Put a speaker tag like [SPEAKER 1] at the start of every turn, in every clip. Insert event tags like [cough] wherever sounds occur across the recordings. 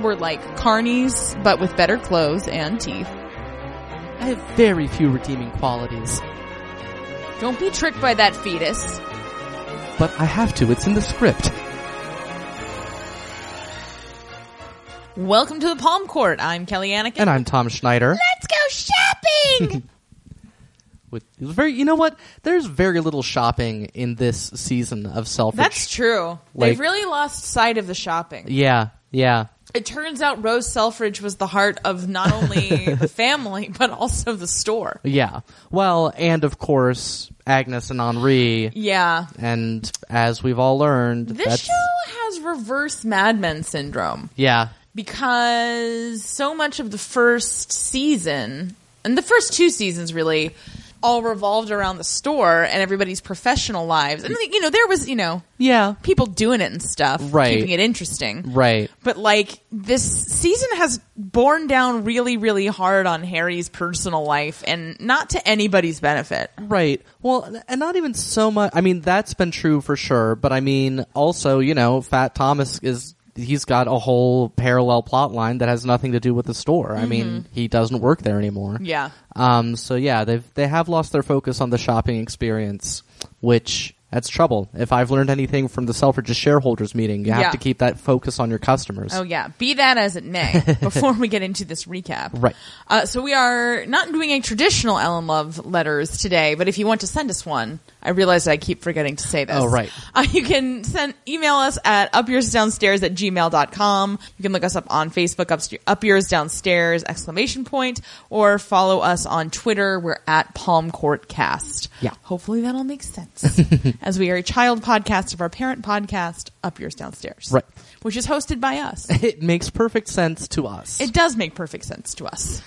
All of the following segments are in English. [SPEAKER 1] were like carnies, but with better clothes and teeth.
[SPEAKER 2] I have very few redeeming qualities,
[SPEAKER 1] Don't be tricked by that fetus.
[SPEAKER 2] but I have to. It's in the script.
[SPEAKER 3] Welcome to the Palm Court. I'm Kelly Anakin.
[SPEAKER 2] And I'm Tom Schneider.
[SPEAKER 3] Let's go
[SPEAKER 2] [laughs]
[SPEAKER 3] shopping.
[SPEAKER 2] With it was very, you know what? There's very little shopping in this season of Selfish.
[SPEAKER 3] That's true.
[SPEAKER 2] Like-
[SPEAKER 3] They've really lost sight of the shopping.
[SPEAKER 2] yeah, yeah.
[SPEAKER 3] It turns out Rose Selfridge was the heart of not
[SPEAKER 2] [laughs]
[SPEAKER 3] only the family but also the store.
[SPEAKER 2] Yeah. Well, and of course, Agnes and Henri.
[SPEAKER 3] Yeah.
[SPEAKER 2] And as we've all learned,
[SPEAKER 3] This
[SPEAKER 2] that's,
[SPEAKER 3] show has reverse Mad Men syndrome
[SPEAKER 2] yeah,
[SPEAKER 3] because so much of the first season and the first two seasons really all revolved around the store and everybody's professional lives. And you know, there was, you know,
[SPEAKER 2] yeah,
[SPEAKER 3] people doing it and stuff,
[SPEAKER 2] Right.
[SPEAKER 3] keeping it interesting.
[SPEAKER 2] right.
[SPEAKER 3] But like this season has borne down really, really hard on Harry's personal life and not to anybody's benefit.
[SPEAKER 2] Right. Well, and not even so much. I mean, that's been true for sure. But I mean, also, you know, Fat Thomas is he's got a whole parallel plot line that has nothing to do with the store. I mean, he doesn't work there anymore.
[SPEAKER 3] Mm-hmm. Yeah.
[SPEAKER 2] Um. So yeah, they've they have lost their focus on the shopping experience, which that's trouble. If I've learned anything from the Selfridges shareholders meeting, you have
[SPEAKER 3] Yeah.
[SPEAKER 2] to keep that focus on your customers.
[SPEAKER 3] Oh yeah. Be that as it
[SPEAKER 2] [laughs]
[SPEAKER 3] may, before we get into this recap.
[SPEAKER 2] Right.
[SPEAKER 3] Uh, so we are not doing a traditional Ellen Love letters today, but if you want to send us one, I realized I keep forgetting to say this.
[SPEAKER 2] Oh, right.
[SPEAKER 3] Uh, you can send email us at upyoursdownstairs at gmail.com. You can look us up on Facebook, up, up yours downstairs, exclamation point, or follow us on Twitter. We're at Palm Court Cast.
[SPEAKER 2] Yeah.
[SPEAKER 3] Hopefully that all makes
[SPEAKER 2] [laughs]
[SPEAKER 3] sense. as we are a child podcast of our parent podcast, Up Yours Downstairs.
[SPEAKER 2] Right.
[SPEAKER 3] Which is hosted by
[SPEAKER 2] [laughs]
[SPEAKER 3] us.
[SPEAKER 2] It makes perfect sense to us.
[SPEAKER 3] it does make perfect sense to us.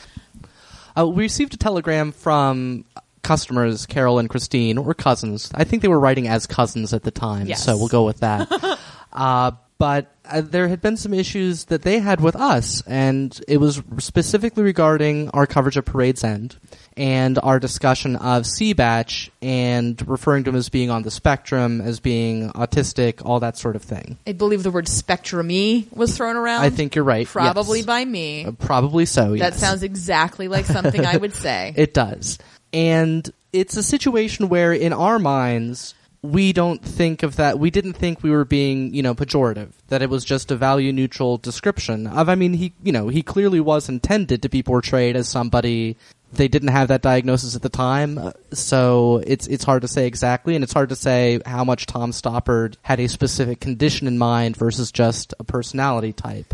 [SPEAKER 2] Uh, we received a telegram from customers Carol and Christine, or cousins. I think they were writing as cousins at the time,
[SPEAKER 3] Yes.
[SPEAKER 2] so we'll go with that.
[SPEAKER 3] [laughs]
[SPEAKER 2] uh, but uh, there had been some issues that they had with us, and it was specifically regarding our coverage of Parade's End and our discussion of Seabatch and referring to him as being on the spectrum, as being autistic, all that sort of thing.
[SPEAKER 3] I believe the word spectrumy was thrown around.
[SPEAKER 2] I think you're right.
[SPEAKER 3] Um, Probably
[SPEAKER 2] yes. Uh,
[SPEAKER 3] by me.
[SPEAKER 2] Probably so.
[SPEAKER 3] That
[SPEAKER 2] yes.
[SPEAKER 3] sounds exactly like something I would
[SPEAKER 2] [laughs]
[SPEAKER 3] say.
[SPEAKER 2] It does. And it's a situation where, in our minds, we don't think of that. We didn't think we were being, you know, pejorative. That it was just a value neutral description of. I mean, he, you know, he clearly was intended to be portrayed as somebody. They didn't have that diagnosis at the time, uh, so it's it's hard to say exactly, and it's hard to say how much Tom Stoppard had a specific condition in mind versus just a personality type.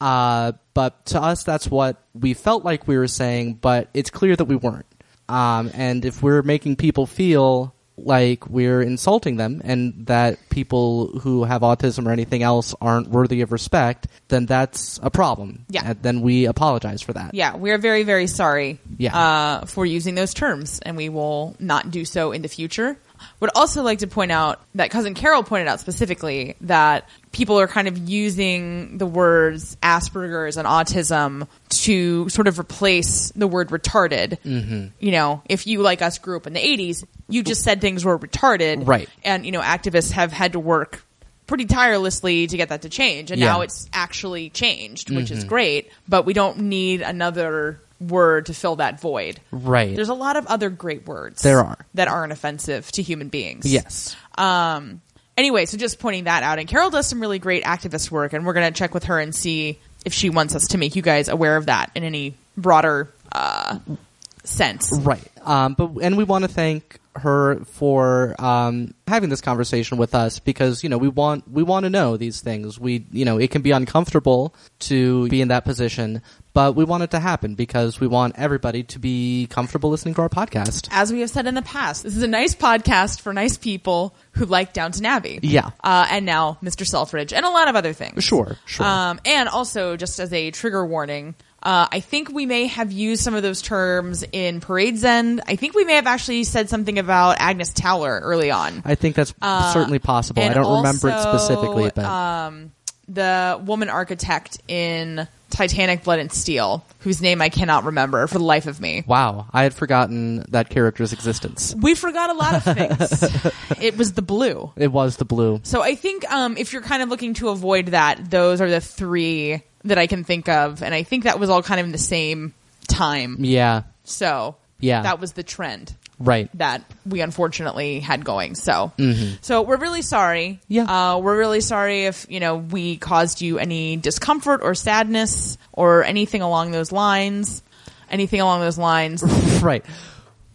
[SPEAKER 2] Uh, but to us, that's what we felt like we were saying, but it's clear that we weren't. Um, and if we're making people feel like we're insulting them and that people who have autism or anything else aren't worthy of respect, then that's a problem.
[SPEAKER 3] Yeah.
[SPEAKER 2] And then we apologize for that.
[SPEAKER 3] yeah, we're very, very sorry
[SPEAKER 2] Yeah.
[SPEAKER 3] uh, for using those terms, and we will not do so in the future. Would also like to point out that cousin Carol pointed out specifically that people are kind of using the words Asperger's and autism to sort of replace the word retarded. Mm-hmm. You know, if you like us grew up in the '80s, you just said things were retarded,
[SPEAKER 2] Right.
[SPEAKER 3] And you know, activists have had to work pretty tirelessly to get that to change, and now
[SPEAKER 2] Yeah. Mm-hmm.
[SPEAKER 3] it's actually changed, which is great, but we don't need another word to fill that void.
[SPEAKER 2] Right.
[SPEAKER 3] There's a lot of other great words.
[SPEAKER 2] There are.
[SPEAKER 3] That aren't offensive to human beings.
[SPEAKER 2] yes.
[SPEAKER 3] Um, anyway, so just pointing that out. And Carol does some really great activist work, and we're going to check with her and see if she wants us to make you guys aware of that in any broader uh, sense.
[SPEAKER 2] Right. Um, but and we want to thank her for um, having this conversation with us because you know we want we want to know these things. We you know it can be uncomfortable to be in that position, but we want it to happen because we want everybody to be comfortable listening to our podcast.
[SPEAKER 3] as we have said in the past, this is a nice podcast for nice people who like Downton Abbey.
[SPEAKER 2] Yeah.
[SPEAKER 3] Uh, and now Mr. Selfridge and a lot of other things.
[SPEAKER 2] Sure, sure.
[SPEAKER 3] Um, and also, just as a trigger warning, uh, I think we may have used some of those terms in Parade's End. I think we may have actually said something about Agnes Towler early on.
[SPEAKER 2] I think that's certainly possible. I
[SPEAKER 3] and
[SPEAKER 2] don't remember it
[SPEAKER 3] also,
[SPEAKER 2] specifically, but
[SPEAKER 3] um, the woman architect in Titanic Blood and Steel, whose name I cannot remember for the life of me.
[SPEAKER 2] Wow, I had forgotten that character's existence.
[SPEAKER 3] We forgot a lot of
[SPEAKER 2] [laughs]
[SPEAKER 3] things. it was the blue.
[SPEAKER 2] It was the blue.
[SPEAKER 3] So I think um, if you're kind of looking to avoid that, those are the three that I can think of, and I think that was all kind of in the same time.
[SPEAKER 2] Yeah,
[SPEAKER 3] So
[SPEAKER 2] Yeah.
[SPEAKER 3] that was the trend
[SPEAKER 2] right.
[SPEAKER 3] that we unfortunately had going. So, so we're really sorry.
[SPEAKER 2] Mm-hmm. Yeah.
[SPEAKER 3] uh, we're really sorry if you know we caused you any discomfort or sadness or anything along those lines. Anything along those lines.
[SPEAKER 2] [laughs] right.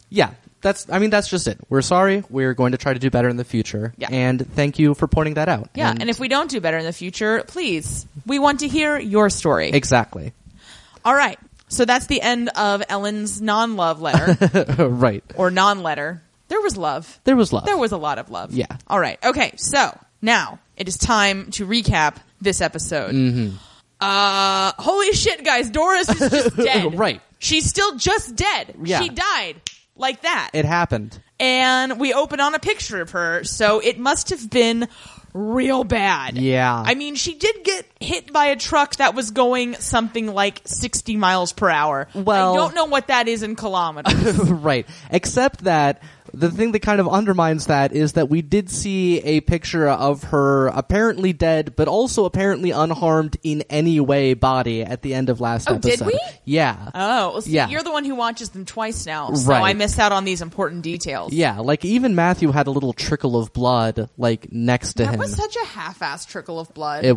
[SPEAKER 2] Yeah. That's. I mean, that's just it. We're sorry. We're going to try to do better in the future.
[SPEAKER 3] Yeah.
[SPEAKER 2] And thank you for pointing that out.
[SPEAKER 3] Yeah, and if we don't do better in the future, please, we want to hear your story.
[SPEAKER 2] exactly. [laughs]
[SPEAKER 3] All right. So that's the end of Ellen's non-love
[SPEAKER 2] [laughs]
[SPEAKER 3] letter
[SPEAKER 2] right.
[SPEAKER 3] or non-letter. There was love.
[SPEAKER 2] There was love.
[SPEAKER 3] There was a lot of love.
[SPEAKER 2] Yeah.
[SPEAKER 3] All right. Okay. So now it is time to recap this episode.
[SPEAKER 2] Mm-hmm.
[SPEAKER 3] Uh, holy shit, guys! Doris is
[SPEAKER 2] [laughs]
[SPEAKER 3] just dead.
[SPEAKER 2] Right.
[SPEAKER 3] She's still just dead.
[SPEAKER 2] Yeah.
[SPEAKER 3] She died like that.
[SPEAKER 2] It happened. [laughs]
[SPEAKER 3] and we open on a picture of her, so it must have been real bad.
[SPEAKER 2] Yeah.
[SPEAKER 3] I mean, she did get hit by a truck that was going something like 60 miles per hour.
[SPEAKER 2] Well-
[SPEAKER 3] I don't know what that is in
[SPEAKER 2] [laughs]
[SPEAKER 3] kilometers.
[SPEAKER 2] right. Except that the thing that kind of undermines that is that we did see a picture of her apparently dead, but also apparently unharmed in any way body at the end of last
[SPEAKER 3] Oh, did
[SPEAKER 2] episode.
[SPEAKER 3] we?
[SPEAKER 2] Yeah.
[SPEAKER 3] oh, well, see,
[SPEAKER 2] Yeah.
[SPEAKER 3] you're the one who watches them twice now, so
[SPEAKER 2] Right.
[SPEAKER 3] I miss out on these important details.
[SPEAKER 2] yeah, like even Matthew had a little trickle of blood like next to
[SPEAKER 3] That
[SPEAKER 2] him.
[SPEAKER 3] was such a half-assed trickle of blood.
[SPEAKER 2] it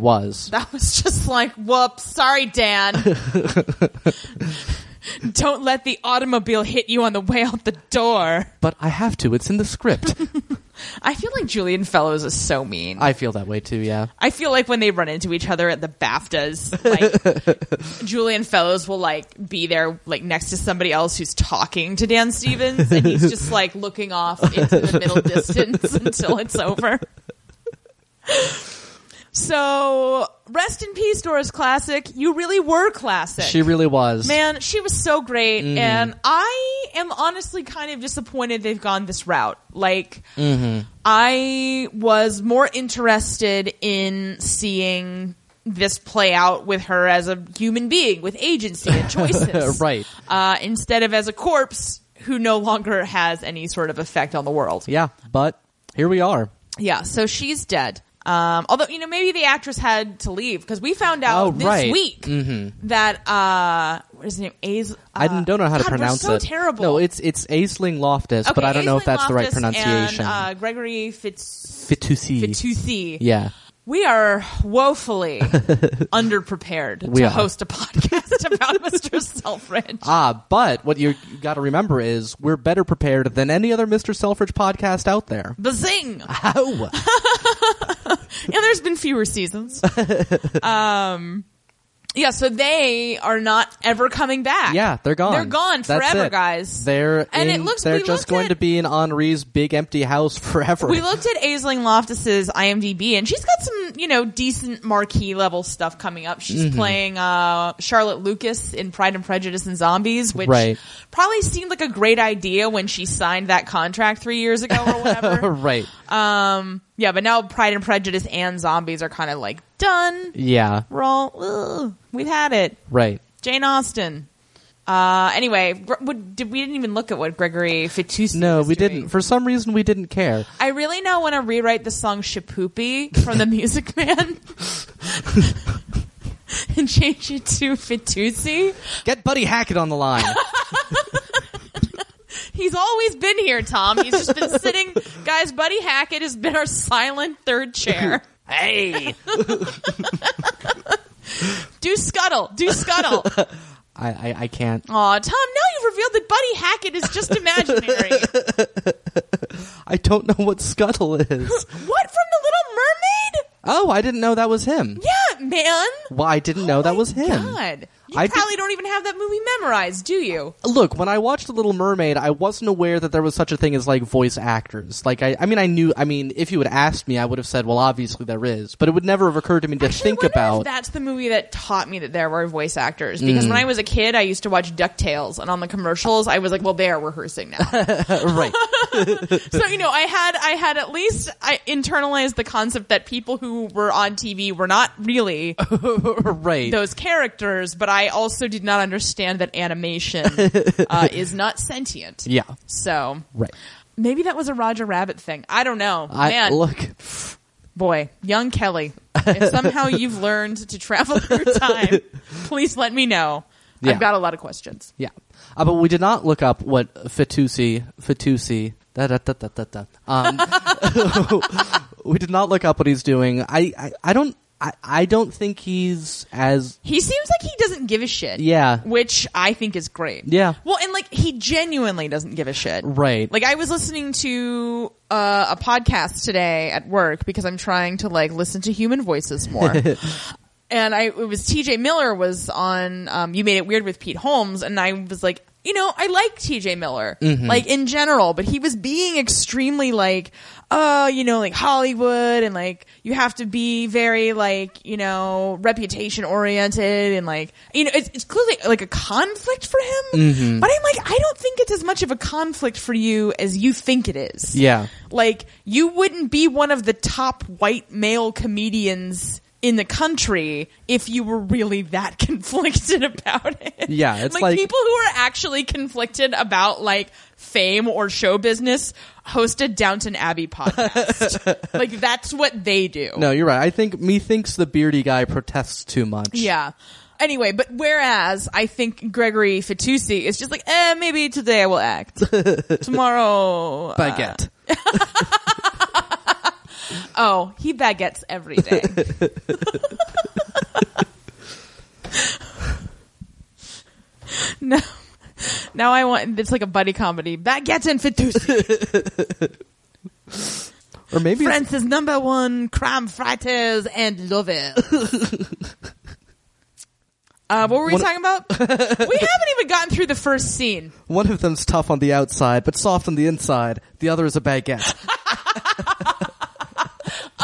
[SPEAKER 3] [laughs]
[SPEAKER 2] was.
[SPEAKER 3] that was just like, whoops, sorry,
[SPEAKER 2] [laughs]
[SPEAKER 3] Dan. Don't let the automobile hit you on the way out the door.
[SPEAKER 2] but I have to. It's in
[SPEAKER 3] [laughs]
[SPEAKER 2] the script.
[SPEAKER 3] I feel like Julian Fellows is so mean. I,
[SPEAKER 2] I feel that way too, yeah.
[SPEAKER 3] feel like when they run into each other at the BAFTAs, like Julian Fellows will like be there like next to somebody else who's talking to Dan Stevens and he's just like looking off into the middle distance [laughs] until it's over. So rest in peace, Doris Classic. You really were classic.
[SPEAKER 2] She really was.
[SPEAKER 3] Man, she was so great, and I am honestly kind of disappointed they've gone this route. Like, I was more interested in seeing this play out with her as a human being with agency and choices,
[SPEAKER 2] Right.
[SPEAKER 3] Uh, instead of as a corpse who no longer has any sort of effect on the world.
[SPEAKER 2] Yeah, but here we are.
[SPEAKER 3] Yeah, so she's dead. Um, although you know, maybe the actress had to leave because we found out
[SPEAKER 2] Oh,
[SPEAKER 3] this
[SPEAKER 2] right. Mm-hmm.
[SPEAKER 3] week that uh, what is his name? A's, uh,
[SPEAKER 2] I didn't- don't know how to
[SPEAKER 3] God, we're
[SPEAKER 2] pronounce
[SPEAKER 3] so
[SPEAKER 2] it.
[SPEAKER 3] Terrible.
[SPEAKER 2] No, it's it's Aisling Loftus, but
[SPEAKER 3] Okay,
[SPEAKER 2] I don't know if
[SPEAKER 3] Aisling
[SPEAKER 2] that's the right
[SPEAKER 3] Loftus
[SPEAKER 2] pronunciation.
[SPEAKER 3] And, uh, Gregory Fitz
[SPEAKER 2] Fitusi.
[SPEAKER 3] Fitusi.
[SPEAKER 2] Yeah.
[SPEAKER 3] We are
[SPEAKER 2] [laughs]
[SPEAKER 3] woefully underprepared
[SPEAKER 2] We
[SPEAKER 3] to
[SPEAKER 2] are.
[SPEAKER 3] host a podcast [laughs] about Mr. Selfridge.
[SPEAKER 2] Ah, but what you got to remember is we're better prepared than any other Mr. Selfridge podcast
[SPEAKER 3] [laughs]
[SPEAKER 2] out there.
[SPEAKER 3] Bazing!
[SPEAKER 2] Oh,
[SPEAKER 3] yeah, there's been fewer seasons. um, yeah, so they are not ever coming back.
[SPEAKER 2] [laughs] yeah, they're gone.
[SPEAKER 3] They're gone
[SPEAKER 2] That's
[SPEAKER 3] forever,
[SPEAKER 2] it.
[SPEAKER 3] guys.
[SPEAKER 2] They're
[SPEAKER 3] And
[SPEAKER 2] in-
[SPEAKER 3] it looks-
[SPEAKER 2] they're
[SPEAKER 3] we
[SPEAKER 2] just
[SPEAKER 3] looked
[SPEAKER 2] going
[SPEAKER 3] at-
[SPEAKER 2] to be in Henri's big empty house [laughs] forever.
[SPEAKER 3] we looked at Aisling Loftus's IMDb, and she's got some, you know, decent marquee level stuff coming up. She's
[SPEAKER 2] Mm-hmm.
[SPEAKER 3] playing uh, Charlotte Lucas in Pride and Prejudice and Zombies, which
[SPEAKER 2] Right.
[SPEAKER 3] probably seemed like a great idea when she signed that contract three years ago or
[SPEAKER 2] [laughs]
[SPEAKER 3] whatever. Um,
[SPEAKER 2] right.
[SPEAKER 3] yeah, but now Pride and Prejudice and Zombies are kind of like done.
[SPEAKER 2] yeah.
[SPEAKER 3] We're all ugh, we've had it.
[SPEAKER 2] Right.
[SPEAKER 3] Jane Austen. Uh, anyway, Gre- what, did, we didn't even look at what Gregory Fittusi.
[SPEAKER 2] No,
[SPEAKER 3] was
[SPEAKER 2] we
[SPEAKER 3] doing.
[SPEAKER 2] didn't. For some reason, we didn't care.
[SPEAKER 3] I really now want to rewrite the song Shapoopy from
[SPEAKER 2] [laughs]
[SPEAKER 3] The Music Man [laughs] and change it to Fituzzi.
[SPEAKER 2] Get Buddy Hackett on
[SPEAKER 3] [laughs]
[SPEAKER 2] the line.
[SPEAKER 3] He's always been here, Tom. He's just
[SPEAKER 2] [laughs]
[SPEAKER 3] been sitting. Guys, Buddy Hackett has been our silent third chair.
[SPEAKER 2] hey,
[SPEAKER 3] Do scuttle. Do scuttle.
[SPEAKER 2] I, I I can't.
[SPEAKER 3] Aw, Tom, now you've revealed that Buddy Hackett is just
[SPEAKER 2] [laughs]
[SPEAKER 3] imaginary.
[SPEAKER 2] I don't know what
[SPEAKER 3] [laughs]
[SPEAKER 2] Scuttle is.
[SPEAKER 3] what from The Little Mermaid?
[SPEAKER 2] Oh, I didn't know that was him.
[SPEAKER 3] Yeah, man.
[SPEAKER 2] Well, I didn't know that was him.
[SPEAKER 3] God. You
[SPEAKER 2] I did-
[SPEAKER 3] probably don't even have that movie memorized, do you?
[SPEAKER 2] look when i watched the little mermaid i wasn't aware that there was such a thing as like voice actors like i, I mean i knew i mean if you had asked me i would have said well obviously there is but it would never have occurred to me to
[SPEAKER 3] Actually, I
[SPEAKER 2] think
[SPEAKER 3] wonder if
[SPEAKER 2] about Mm.
[SPEAKER 3] that's the movie that taught me that there were voice actors because when I was a kid, I used to watch Ducktales, and on the commercials, I was like, "Well, they're rehearsing
[SPEAKER 2] [laughs]
[SPEAKER 3] now."
[SPEAKER 2] right
[SPEAKER 3] [laughs] so you know, I had I had at least I internalized the concept that people who were on TV were not really
[SPEAKER 2] right
[SPEAKER 3] those characters, but I also did not understand that
[SPEAKER 2] [laughs]
[SPEAKER 3] animation uh, is not sentient.
[SPEAKER 2] yeah
[SPEAKER 3] So
[SPEAKER 2] right
[SPEAKER 3] maybe that was a Roger Rabbit thing. I don't know.
[SPEAKER 2] i
[SPEAKER 3] Man,
[SPEAKER 2] look
[SPEAKER 3] boy, young Kelly, if
[SPEAKER 2] [laughs]
[SPEAKER 3] somehow you've learned to travel through time, please let me know.
[SPEAKER 2] Yeah.
[SPEAKER 3] I've got a lot of questions.
[SPEAKER 2] yeah uh, but we did not look up what fettucci fettucci da da da da da da um [laughs] we did not look up what he's doing i i, I don't I, I don't think he's as
[SPEAKER 3] He seems like he doesn't give a shit.
[SPEAKER 2] Yeah.
[SPEAKER 3] Which I think is great.
[SPEAKER 2] Yeah.
[SPEAKER 3] Well, and like he genuinely doesn't give a shit.
[SPEAKER 2] Right.
[SPEAKER 3] Like I was listening to uh, a podcast today at work because I'm trying to like listen to human voices
[SPEAKER 2] [laughs]
[SPEAKER 3] more. and I it was TJ Miller was on um, You Made It Weird with Pete Holmes and I was like, you know, I like TJ Miller. Like in general, but he was being extremely like oh, you know, like Hollywood and like you have to be very like, you know, reputation oriented and like, you know, it's, it's clearly like a conflict for him. But I'm like, I don't think it's as much of a conflict for you as you think it is.
[SPEAKER 2] yeah
[SPEAKER 3] Like, you wouldn't be one of the top white male comedians in the country if you were really that [laughs] conflicted about it.
[SPEAKER 2] Yeah, it's like-
[SPEAKER 3] like people who are actually conflicted about like fame or show business host a Downton Abbey
[SPEAKER 2] [laughs]
[SPEAKER 3] podcast. like that's what they do.
[SPEAKER 2] No, you're right. I think methinks the beardy guy protests too much.
[SPEAKER 3] Yeah. Anyway, but whereas I think Gregory Fettucci is just like, eh, maybe today I will
[SPEAKER 2] [laughs]
[SPEAKER 3] act. Tomorrow. uh,
[SPEAKER 2] Baguette.
[SPEAKER 3] oh, he baguettes every day. no. Now I want, it's like a buddy comedy. Baguette and Fettucci.
[SPEAKER 2] or maybe it's-
[SPEAKER 3] France's number one crime fighters and lovers. Uh, what were we
[SPEAKER 2] One-
[SPEAKER 3] talking about? we haven't even gotten through the first scene.
[SPEAKER 2] one of them's tough on the outside but soft on the inside. The other is a baguette.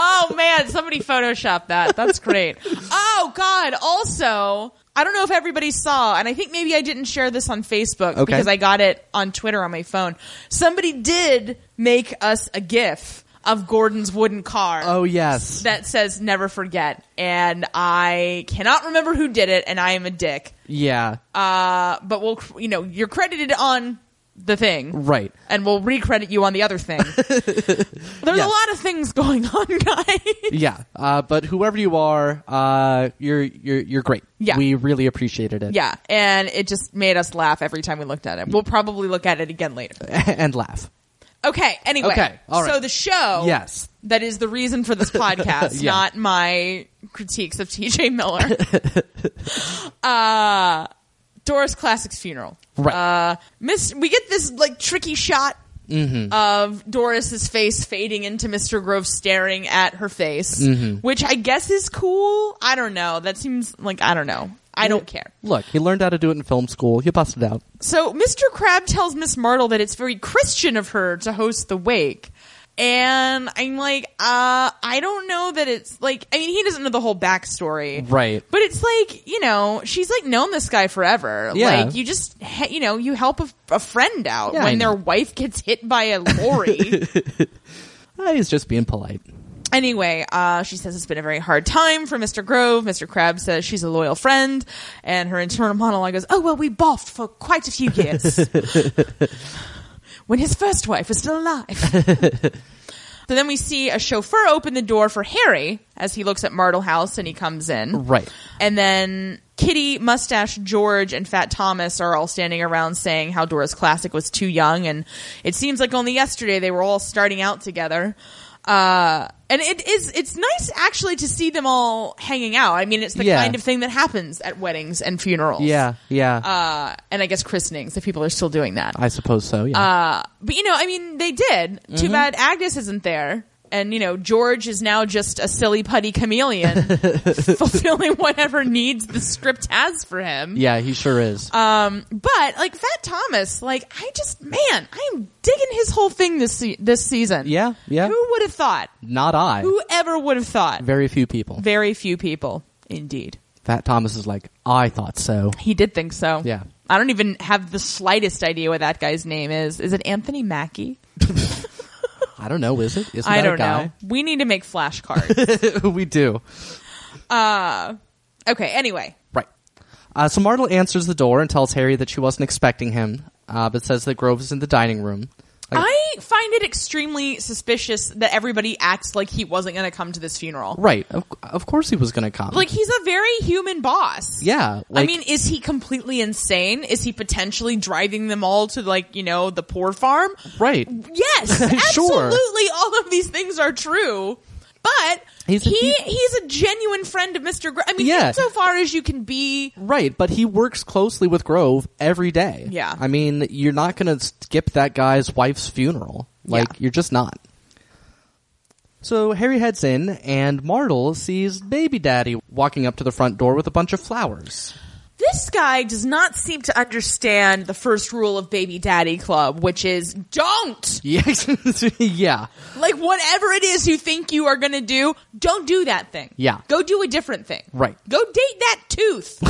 [SPEAKER 3] Oh man, somebody photoshopped that. That's great. Oh god, also, I don't know if everybody saw, and I think maybe I didn't share this on Facebook
[SPEAKER 2] Okay.
[SPEAKER 3] because I got it on Twitter on my phone. Somebody did make us a gif of Gordon's wooden car.
[SPEAKER 2] oh yes.
[SPEAKER 3] That says never forget, and I cannot remember who did it, and I am a dick.
[SPEAKER 2] yeah.
[SPEAKER 3] Uh, but we'll, you know, you're credited on the thing,
[SPEAKER 2] right.
[SPEAKER 3] and we'll recredit you on the other
[SPEAKER 2] [laughs]
[SPEAKER 3] thing. There's
[SPEAKER 2] Yes.
[SPEAKER 3] a lot of things going on, [laughs] guys.
[SPEAKER 2] Yeah. Uh, but whoever you are, uh, you're you're you're great.
[SPEAKER 3] Yeah.
[SPEAKER 2] We really appreciated it.
[SPEAKER 3] Yeah, and it just made us laugh every time we looked at it. We'll probably look at it again later.
[SPEAKER 2] [laughs] and laugh.
[SPEAKER 3] Okay, anyway.
[SPEAKER 2] Okay, all right.
[SPEAKER 3] So the show
[SPEAKER 2] Yes.
[SPEAKER 3] that is the reason for
[SPEAKER 2] [laughs]
[SPEAKER 3] this podcast,
[SPEAKER 2] Yeah.
[SPEAKER 3] not my critiques of TJ
[SPEAKER 2] [laughs]
[SPEAKER 3] Miller. uh Doris Classic's funeral.
[SPEAKER 2] Right.
[SPEAKER 3] Uh Miss we get this like tricky shot
[SPEAKER 2] Mm-hmm.
[SPEAKER 3] of Doris's face fading into Mr. Grove staring at her face,
[SPEAKER 2] Mm-hmm.
[SPEAKER 3] which I guess is cool. I don't know. That seems like I don't know. I don't care.
[SPEAKER 2] Look, he learned how to do it in film school. He busted out.
[SPEAKER 3] So Mr. Crab tells Miss Martle that it's very Christian of her to host the wake. And I'm like, uh, I don't know that it's like, I mean, he doesn't know the whole backstory.
[SPEAKER 2] Right.
[SPEAKER 3] But it's like, you know, she's like known this guy forever.
[SPEAKER 2] Yeah.
[SPEAKER 3] Like, you just, he- you know, you help a, a friend out
[SPEAKER 2] Yeah, I
[SPEAKER 3] when their
[SPEAKER 2] know.
[SPEAKER 3] wife gets hit by a
[SPEAKER 2] [laughs]
[SPEAKER 3] lorry.
[SPEAKER 2] Ah, he's just being polite.
[SPEAKER 3] Anyway, uh, she says it's been a very hard time for Mr. Grove. Mr. Crab says she's a loyal friend, and her internal monologue goes, "Oh well, we boffed for quite a few years when his first wife was still alive." [laughs] so then we see a chauffeur open the door for Harry as he looks at Martle House, and he comes in.
[SPEAKER 2] Right.
[SPEAKER 3] And then Kitty, Mustache, George, and Fat Thomas are all standing around saying how Dora's Classic was too young. And it seems like only yesterday they were all starting out together. Uh, and it is, it's nice actually to see them all hanging out. I mean, it's the
[SPEAKER 2] Yeah.
[SPEAKER 3] kind of thing that happens at weddings and funerals.
[SPEAKER 2] Yeah. Yeah.
[SPEAKER 3] Uh, and I guess christenings if people are still doing that.
[SPEAKER 2] I suppose so. Yeah. Mm-hmm.
[SPEAKER 3] Uh, but you know, I mean, they did. Too bad Agnes isn't there. And, you know, George is now just a silly putty
[SPEAKER 2] [laughs]
[SPEAKER 3] chameleon, fulfilling whatever needs the script has for him.
[SPEAKER 2] Yeah, he sure is.
[SPEAKER 3] Um, but like Fat Thomas, like I just man, I am digging his whole thing this se- this season.
[SPEAKER 2] Yeah, yeah.
[SPEAKER 3] Who would have thought?
[SPEAKER 2] Not I.
[SPEAKER 3] Whoever would have thought?
[SPEAKER 2] Very few people.
[SPEAKER 3] Very few people, indeed.
[SPEAKER 2] Fat Thomas is like, I thought so.
[SPEAKER 3] He did think so.
[SPEAKER 2] Yeah.
[SPEAKER 3] I don't even have the slightest idea what that guy's name is. Is it Anthony Mackie?
[SPEAKER 2] I don't know, is it? Isn't
[SPEAKER 3] I
[SPEAKER 2] that
[SPEAKER 3] don't
[SPEAKER 2] a guy?
[SPEAKER 3] know. We need to make
[SPEAKER 2] [laughs]
[SPEAKER 3] flashcards.
[SPEAKER 2] we do.
[SPEAKER 3] okay. Anyway,
[SPEAKER 2] Right. Uh, so Martel answers the door and tells Harry that she wasn't expecting him, uh, but says that Grove is in the dining room. Like,
[SPEAKER 3] I find it extremely suspicious that everybody acts like he wasn't going to come to this funeral.
[SPEAKER 2] right. Of, of course he was going to come.
[SPEAKER 3] Like he's a very human boss.
[SPEAKER 2] yeah. Like,
[SPEAKER 3] I mean, is he completely insane? Is he potentially driving them all to like, you know, the poor farm?
[SPEAKER 2] right.
[SPEAKER 3] Yes,
[SPEAKER 2] [laughs] Sure.
[SPEAKER 3] absolutely. All of these things are true. But
[SPEAKER 2] He's a
[SPEAKER 3] he
[SPEAKER 2] deep-
[SPEAKER 3] he's a genuine friend of Mr. Gr- I mean,
[SPEAKER 2] Yeah.
[SPEAKER 3] insofar as you can be
[SPEAKER 2] Right, but he works closely with Grove every day.
[SPEAKER 3] Yeah.
[SPEAKER 2] I mean, you're not going to skip that guy's wife's funeral. Like,
[SPEAKER 3] Yeah.
[SPEAKER 2] you're just not. So Harry heads in, and Martel sees Baby Daddy walking up to the front door with a bunch of flowers. [laughs]
[SPEAKER 3] this guy does not seem to understand the first rule of Baby Daddy Club, which is don't.
[SPEAKER 2] Yes. [laughs] yeah.
[SPEAKER 3] Like whatever it is you think you are going to do, don't do that thing.
[SPEAKER 2] Yeah.
[SPEAKER 3] Go do a different thing.
[SPEAKER 2] Right.
[SPEAKER 3] Go date that
[SPEAKER 2] [laughs]
[SPEAKER 3] tooth.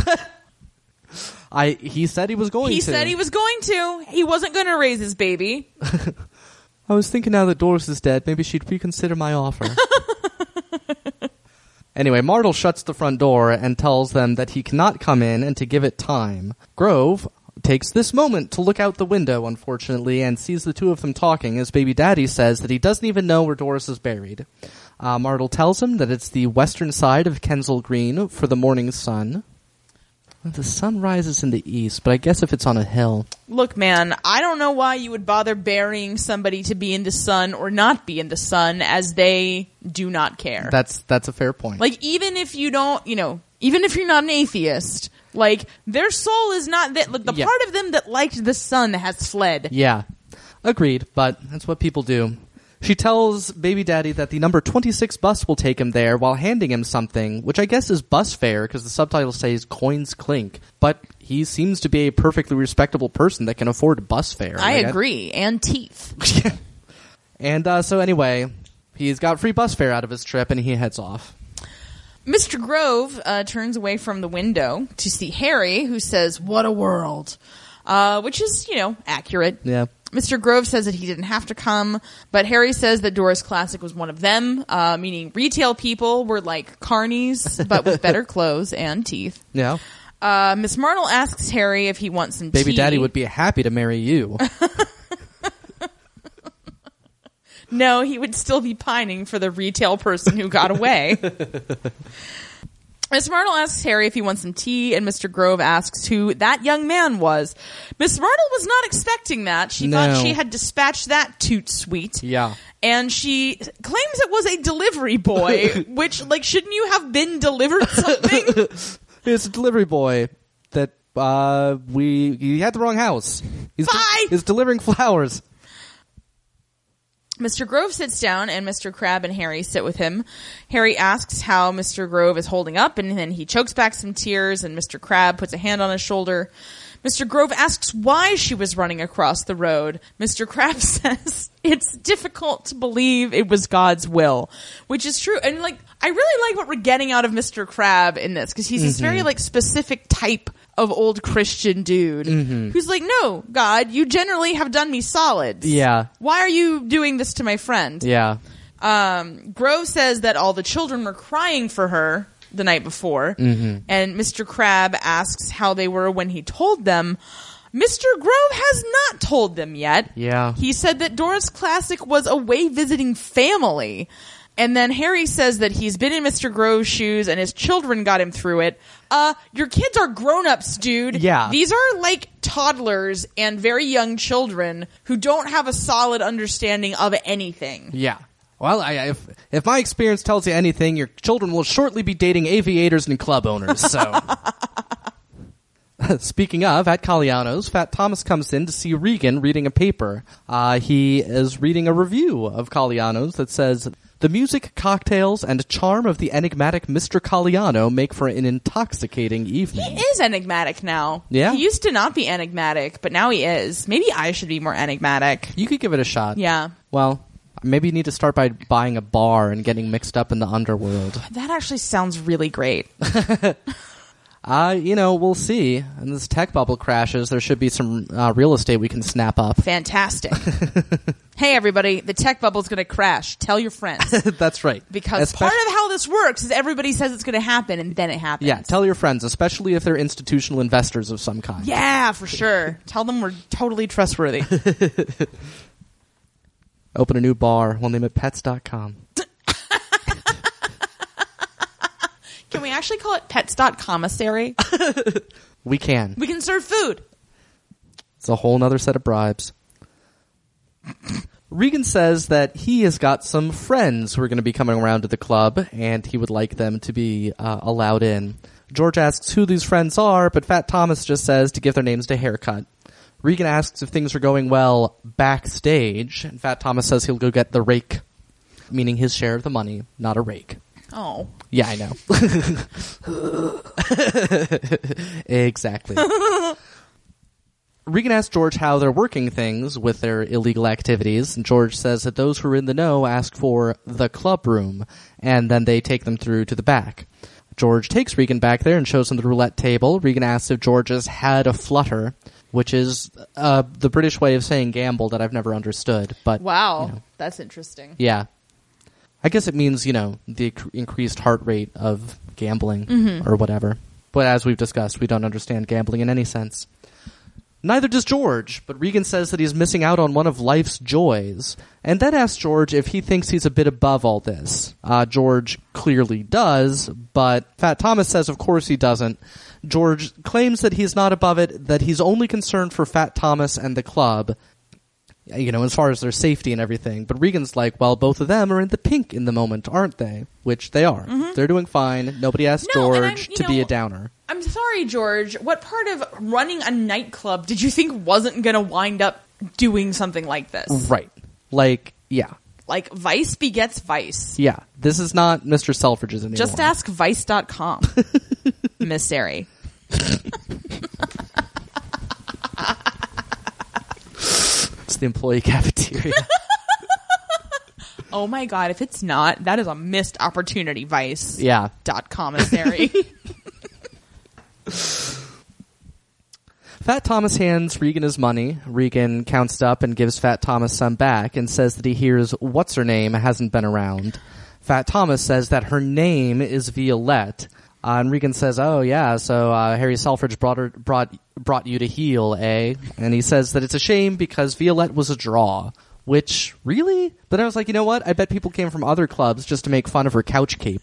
[SPEAKER 2] I he said he was going
[SPEAKER 3] He
[SPEAKER 2] to.
[SPEAKER 3] said he was going to. He wasn't going to raise his baby.
[SPEAKER 2] I was thinking now that Doris is dead, maybe she'd reconsider my offer. anyway, Martel shuts the front door and tells them that he cannot come in and to give it time. Grove takes this moment to look out the window, unfortunately, and sees the two of them talking as Baby Daddy says that he doesn't even know where Doris is buried. Uh, Martel tells him that it's the western side of Kensal Green for the morning sun. Well, The sun rises in the east, but I guess if it's on a hill.
[SPEAKER 3] Look, man, I don't know why you would bother burying somebody to be in the sun or not be in the sun, as they do not care.
[SPEAKER 2] That's that's a fair point.
[SPEAKER 3] like, even if you don't, you know, even if you're not an atheist, like their soul is not that. Like, the
[SPEAKER 2] Yeah.
[SPEAKER 3] part of them that liked the sun has fled.
[SPEAKER 2] Yeah. Agreed, but that's what people do. She tells Baby Daddy that the number 26 bus will take him there while handing him something, which I guess is bus fare because the subtitle says coins clink, but he seems to be a perfectly respectable person that can afford bus fare.
[SPEAKER 3] I
[SPEAKER 2] Like, [laughs]
[SPEAKER 3] agree, and teeth.
[SPEAKER 2] and uh, so anyway, he's got free bus fare out of his trip and he heads off.
[SPEAKER 3] Mr. Grove uh, turns away from the window to see Harry, who says, "What a world," uh, which is, you know, accurate.
[SPEAKER 2] Yeah.
[SPEAKER 3] Mr. Grove says that he didn't have to come, but Harry says that Doris Classic was one of them, uh, meaning retail people were like carnies, but with
[SPEAKER 2] [laughs]
[SPEAKER 3] better clothes and teeth.
[SPEAKER 2] Yeah.
[SPEAKER 3] Uh, Miss Martle asks Harry if he wants some
[SPEAKER 2] Baby
[SPEAKER 3] tea.
[SPEAKER 2] Daddy would be happy to marry you. [laughs]
[SPEAKER 3] No, he would still be pining for the retail person who got
[SPEAKER 2] [laughs]
[SPEAKER 3] away. Miss Martle asks Harry if he wants some tea, and Mr. Grove asks who that young man was. Miss Martle was not expecting that. She
[SPEAKER 2] No.
[SPEAKER 3] thought she had dispatched that toot sweet.
[SPEAKER 2] Yeah.
[SPEAKER 3] And she claims it was a delivery
[SPEAKER 2] [laughs]
[SPEAKER 3] boy, which, like, shouldn't you have been delivered something?
[SPEAKER 2] It's a delivery boy that uh, we he had the wrong house. He's, de-
[SPEAKER 3] Bye!
[SPEAKER 2] he's delivering flowers.
[SPEAKER 3] Mr. Grove sits down, and Mr. Crab and Harry sit with him. Harry asks how Mr. Grove is holding up, and then he chokes back some tears, and Mr. Crab puts a hand on his shoulder. Mr. Grove asks why she was running across the road. Mr. Crab [laughs] says, It's difficult to believe it was God's will, which is true. And, like, I really like what we're getting out of Mr. Crab in this, because he's this very, like, specific type of old Christian dude who's like, No, God, you generally have done me solids
[SPEAKER 2] Yeah.
[SPEAKER 3] why are you doing this to my friend?
[SPEAKER 2] Yeah.
[SPEAKER 3] Um, Grove says that all the children were crying for her the night before,
[SPEAKER 2] Mm-hmm.
[SPEAKER 3] and Mr. Crab asks how they were when he told them. Mr. Grove has not told them yet.
[SPEAKER 2] Yeah.
[SPEAKER 3] He said that Doris Classic was away visiting family. And then Harry says that he's been in Mr. Grove's shoes and his children got him through it. Uh, your kids are grown-ups, dude.
[SPEAKER 2] Yeah.
[SPEAKER 3] These are like toddlers and very young children who don't have a solid understanding of anything.
[SPEAKER 2] Yeah. Well, I, I- if if my experience tells you anything, your children will shortly be dating aviators and club owners. So, [laughs] speaking of, at Caliano's, Fat Thomas comes in to see Regan reading a paper. Uh, he is reading a review of Caliano's that says The music, cocktails, and charm of the enigmatic Mr. Caliano make for an intoxicating evening.
[SPEAKER 3] He is enigmatic now.
[SPEAKER 2] Yeah.
[SPEAKER 3] He used to not be enigmatic, but now he is. Maybe I should be more enigmatic.
[SPEAKER 2] You could give it a shot.
[SPEAKER 3] Yeah.
[SPEAKER 2] Well, maybe you need to start by buying a bar and getting mixed up in the underworld.
[SPEAKER 3] That actually sounds really great.
[SPEAKER 2] Uh, you know, we'll see. And this tech bubble crashes, there should be some uh, real estate we can snap up. [laughs]
[SPEAKER 3] Fantastic. hey, everybody, the tech bubble's going to crash. Tell your
[SPEAKER 2] [laughs]
[SPEAKER 3] friends.
[SPEAKER 2] That's right.
[SPEAKER 3] Because
[SPEAKER 2] Especially-
[SPEAKER 3] part of how this works is everybody says it's going to happen, and then it happens.
[SPEAKER 2] yeah, tell your friends, especially if they're institutional investors of some kind.
[SPEAKER 3] yeah, for sure.
[SPEAKER 2] [laughs]
[SPEAKER 3] Tell them we're totally trustworthy.
[SPEAKER 2] Open a new bar. We'll name it Pets.com.
[SPEAKER 3] Can we actually call it pets.commissary?
[SPEAKER 2] We can.
[SPEAKER 3] We can serve food.
[SPEAKER 2] It's a whole nother set of bribes. Regan says that he has got some friends who are going to be coming around to the club, and he would like them to be uh, allowed in. George asks who these friends are, but Fat Thomas just says to give their names to Haircut. Regan asks if things are going well backstage, and Fat Thomas says he'll go get the rake, meaning his share of the money, not a rake.
[SPEAKER 3] Oh.
[SPEAKER 2] Yeah, I know. [laughs] exactly. Regan asks George how they're working things with their illegal activities, and George says that those who are in the know ask for the club room, and then they take them through to the back. George takes Regan back there and shows him the roulette table. Regan asks if George has had a flutter, which is uh, the British way of saying gamble that I've never understood. But
[SPEAKER 3] Wow.
[SPEAKER 2] you know.
[SPEAKER 3] That's interesting.
[SPEAKER 2] Yeah. I guess it means, you know, the inc- increased heart rate of gambling or whatever. But as we've discussed, we don't understand gambling in any sense. Neither does George, but Regan says that he's missing out on one of life's joys, and then asks George if he thinks he's a bit above all this. Uh, George clearly does, but Fat Thomas says of course he doesn't. George claims that he's not above it, that he's only concerned for Fat Thomas and the club, you know, as far as their safety and everything. But Regan's like, well, both of them are in the pink in the moment, aren't they? Which they are. They're doing fine. Nobody asked
[SPEAKER 3] Mm-hmm. No, and I'm-
[SPEAKER 2] George
[SPEAKER 3] you
[SPEAKER 2] to be
[SPEAKER 3] know-
[SPEAKER 2] a downer.
[SPEAKER 3] I'm sorry, George. What part of running a nightclub did you think wasn't going to wind up doing something like this?
[SPEAKER 2] Right. Like, yeah.
[SPEAKER 3] Like, vice begets vice.
[SPEAKER 2] Yeah. This is not Mr. Selfridge's anymore.
[SPEAKER 3] Just ask vice.com, Miss Sari.
[SPEAKER 2] It's the employee [laughs] cafeteria.
[SPEAKER 3] Oh my God, if it's not, that is a missed opportunity, vice.
[SPEAKER 2] yeah.
[SPEAKER 3] Dot commissary.
[SPEAKER 2] Fat Thomas hands Regan his money. Regan counts it up and gives Fat Thomas some back and says that he hears what's her name hasn't been around. Fat Thomas says that her name is Violette. Uh, and Regan says, "Oh yeah, so uh, Harry Selfridge brought her, brought brought you to heel, eh?" And he says that it's a shame because Violette was a draw. Which really? But I was like, you know what? I bet people came from other clubs just to make fun of her couch cape.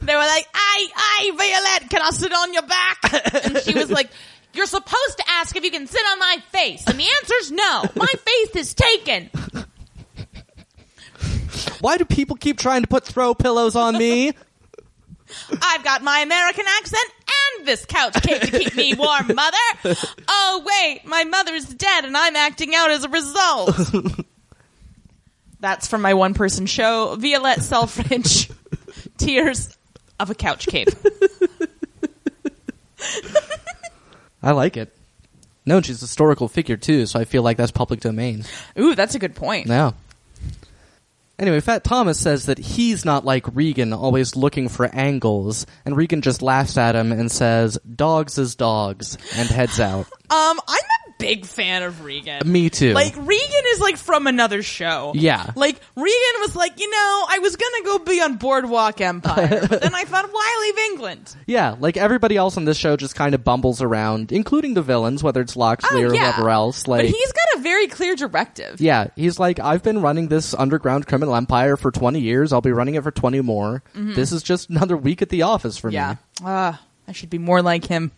[SPEAKER 3] they were like, "Aye, aye, Violette, can I sit on your back?" And she was like, "You're supposed to ask if you can sit on my face, and the answer's no. My face is taken."
[SPEAKER 2] Why do people keep trying to put throw pillows on me?
[SPEAKER 3] I've got my American accent and this couch cape to keep me
[SPEAKER 2] [laughs]
[SPEAKER 3] warm, mother. Oh, wait, my mother's dead and I'm acting out as a
[SPEAKER 2] [laughs]
[SPEAKER 3] result. That's from my one person show, Violette
[SPEAKER 2] [laughs]
[SPEAKER 3] Selfridge Tears of a Couch Cape.
[SPEAKER 2] [laughs] I like it. No, and she's a historical figure too, so I feel like that's public domain.
[SPEAKER 3] Ooh, that's a good point.
[SPEAKER 2] No. Anyway, Fat Thomas says that he's not like Regan, always looking for angles, and Regan just laughs at him and says, "Dogs is dogs," and heads out.
[SPEAKER 3] Um, I'm a big fan of Regan.
[SPEAKER 2] [laughs] Me too.
[SPEAKER 3] Like Regan is like from another show.
[SPEAKER 2] Yeah.
[SPEAKER 3] Like Regan was like, you know, I was gonna go be on Boardwalk Empire, but
[SPEAKER 2] [laughs]
[SPEAKER 3] then I thought, why leave England?
[SPEAKER 2] yeah, like everybody else on this show just kind of bumbles around, including the villains, whether it's Loxley or whoever else. Like,
[SPEAKER 3] Oh, but he's got a very clear directive.
[SPEAKER 2] yeah, he's like, "I've been running this underground criminal empire for twenty years. I'll be running it for twenty more. This is just another week at the office for me."
[SPEAKER 3] Mm-hmm. Yeah. Ah, I should be more like him.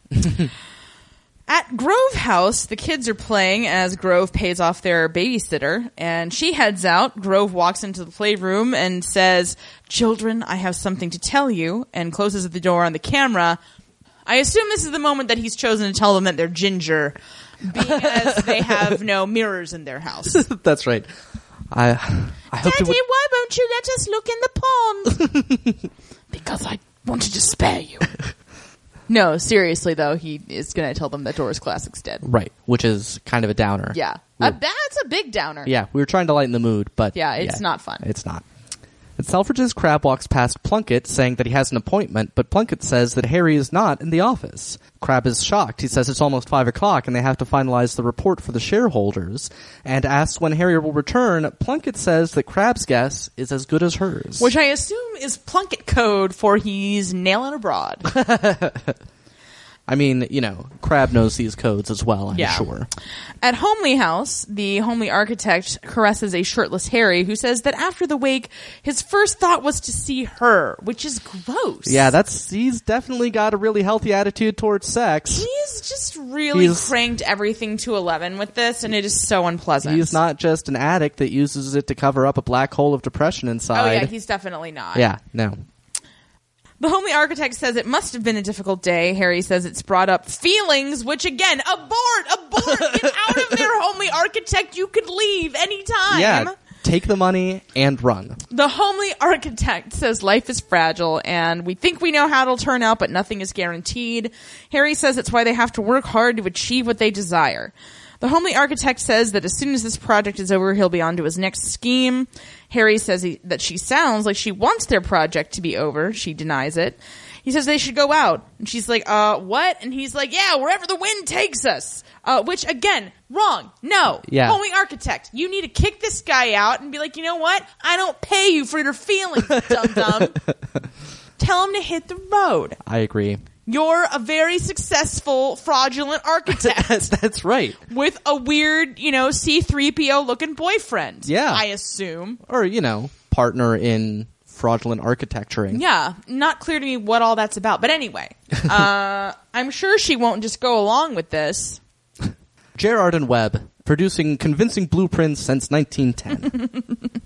[SPEAKER 3] At Grove House, the kids are playing as Grove pays off their babysitter and she heads out. Grove walks into the playroom and says, Children, I have something to tell you, and closes the door on the camera. I assume this is the moment that he's chosen to tell them that they're
[SPEAKER 2] [laughs]
[SPEAKER 3] ginger, being as they have no mirrors in their house.
[SPEAKER 2] [laughs] That's right. I, [sighs] I hope it would,
[SPEAKER 3] why won't you let us look in the pond?
[SPEAKER 2] [laughs]
[SPEAKER 3] because I wanted to spare you. no, seriously though, he is going to tell them that Doris Classic's dead.
[SPEAKER 2] right, which is kind of a downer.
[SPEAKER 3] Yeah,
[SPEAKER 2] We
[SPEAKER 3] Uh,
[SPEAKER 2] were-
[SPEAKER 3] that's a big downer.
[SPEAKER 2] yeah, we were trying to lighten the mood, but
[SPEAKER 3] Yeah, it's not fun.
[SPEAKER 2] It's not. At Selfridge's, Crab walks past Plunkett saying that he has an appointment, but Plunkett says that Harry is not in the office. Crab is shocked. He says it's almost five o'clock and they have to finalize the report for the shareholders and asks when Harry will return. Plunkett says that Crab's guess is as good as hers.
[SPEAKER 3] which I assume is Plunkett code for he's nailing abroad.
[SPEAKER 2] I mean, you know, Crab knows these codes as well, I'm
[SPEAKER 3] Yeah.
[SPEAKER 2] sure.
[SPEAKER 3] [laughs] At Homely House, the homely architect caresses a shirtless Harry who says that after the wake, his first thought was to see her, which is gross.
[SPEAKER 2] Yeah, that's he's definitely got a really healthy attitude towards sex.
[SPEAKER 3] He's just really
[SPEAKER 2] He's-
[SPEAKER 3] cranked everything to 11 with this, and it is so unpleasant.
[SPEAKER 2] He's not just an addict that uses it to cover up a black hole of depression
[SPEAKER 3] Oh,
[SPEAKER 2] inside.
[SPEAKER 3] yeah, he's definitely not.
[SPEAKER 2] Yeah, no.
[SPEAKER 3] The homely architect says it must have been a difficult day. Harry says it's brought up feelings, which again, abort, abort, get out of there,
[SPEAKER 2] [laughs]
[SPEAKER 3] homely architect. You could leave anytime.
[SPEAKER 2] Yeah, take the money and run.
[SPEAKER 3] The homely architect says life is fragile and we think we know how it'll turn out, but nothing is guaranteed. Harry says it's why they have to work hard to achieve what they desire. The homely architect says that as soon as this project is over, he'll be on to his next scheme. Harry says he, that she sounds like she wants their project to be over. She denies it. He says they should go out. And she's like, uh, what? And he's like, yeah, wherever the wind takes us. Uh, which again, wrong. No.
[SPEAKER 2] Yeah.
[SPEAKER 3] Homely architect. You need to kick this guy out and be like, you know what? I don't pay you for your
[SPEAKER 2] [laughs]
[SPEAKER 3] feelings, dum dum. Tell him to hit the road.
[SPEAKER 2] I agree. [laughs]
[SPEAKER 3] You're a very successful fraudulent
[SPEAKER 2] [laughs] That's,
[SPEAKER 3] architect
[SPEAKER 2] that's right.
[SPEAKER 3] with a weird, you know, C3PO looking boyfriend.
[SPEAKER 2] Yeah.
[SPEAKER 3] I assume.
[SPEAKER 2] Or, you know, partner in fraudulent architecturing.
[SPEAKER 3] Yeah, not clear to me what all that's about. But
[SPEAKER 2] [laughs]
[SPEAKER 3] anyway, uh, I'm sure she won't just go along with this.
[SPEAKER 2] Gerard and Webb, producing convincing blueprints since 1910.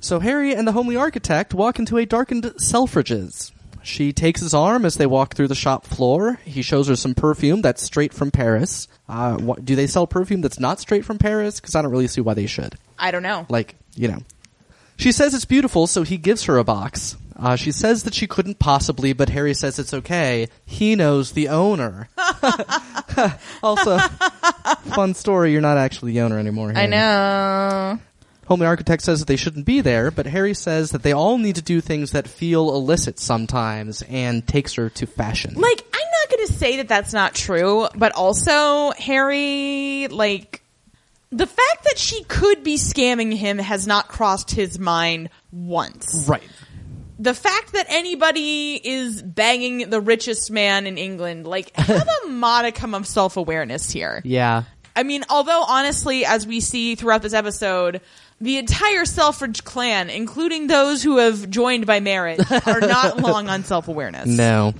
[SPEAKER 2] so Harry and the homely architect walk into a darkened Selfridge's. She takes his arm as they walk through the shop floor. He shows her some perfume that's straight from Paris. Uh, wha- do they sell perfume that's not straight from Paris? Because I don't really see why they should.
[SPEAKER 3] I don't know.
[SPEAKER 2] Like, you know. She says it's beautiful, so he gives her a box. Uh, she says that she couldn't possibly, but Harry says it's okay. He knows
[SPEAKER 3] [laughs]
[SPEAKER 2] the owner. [laughs] also, fun story, you're not actually the owner anymore.
[SPEAKER 3] I
[SPEAKER 2] Harry.
[SPEAKER 3] know.
[SPEAKER 2] Homely Architect says that they shouldn't be there, but Harry says that they all need to do things that feel illicit sometimes and takes her to fashion.
[SPEAKER 3] Like, I'm not going to say that that's not true, but also, Harry, like, the fact that she could be scamming him has not crossed his mind once.
[SPEAKER 2] right.
[SPEAKER 3] The fact that anybody is banging the richest man in England, like, have a modicum of self awareness here.
[SPEAKER 2] Yeah.
[SPEAKER 3] I mean, although honestly, as we see throughout this episode, the entire Selfridge clan, including those who have joined by merit, are not long on self awareness. [laughs]
[SPEAKER 2] No.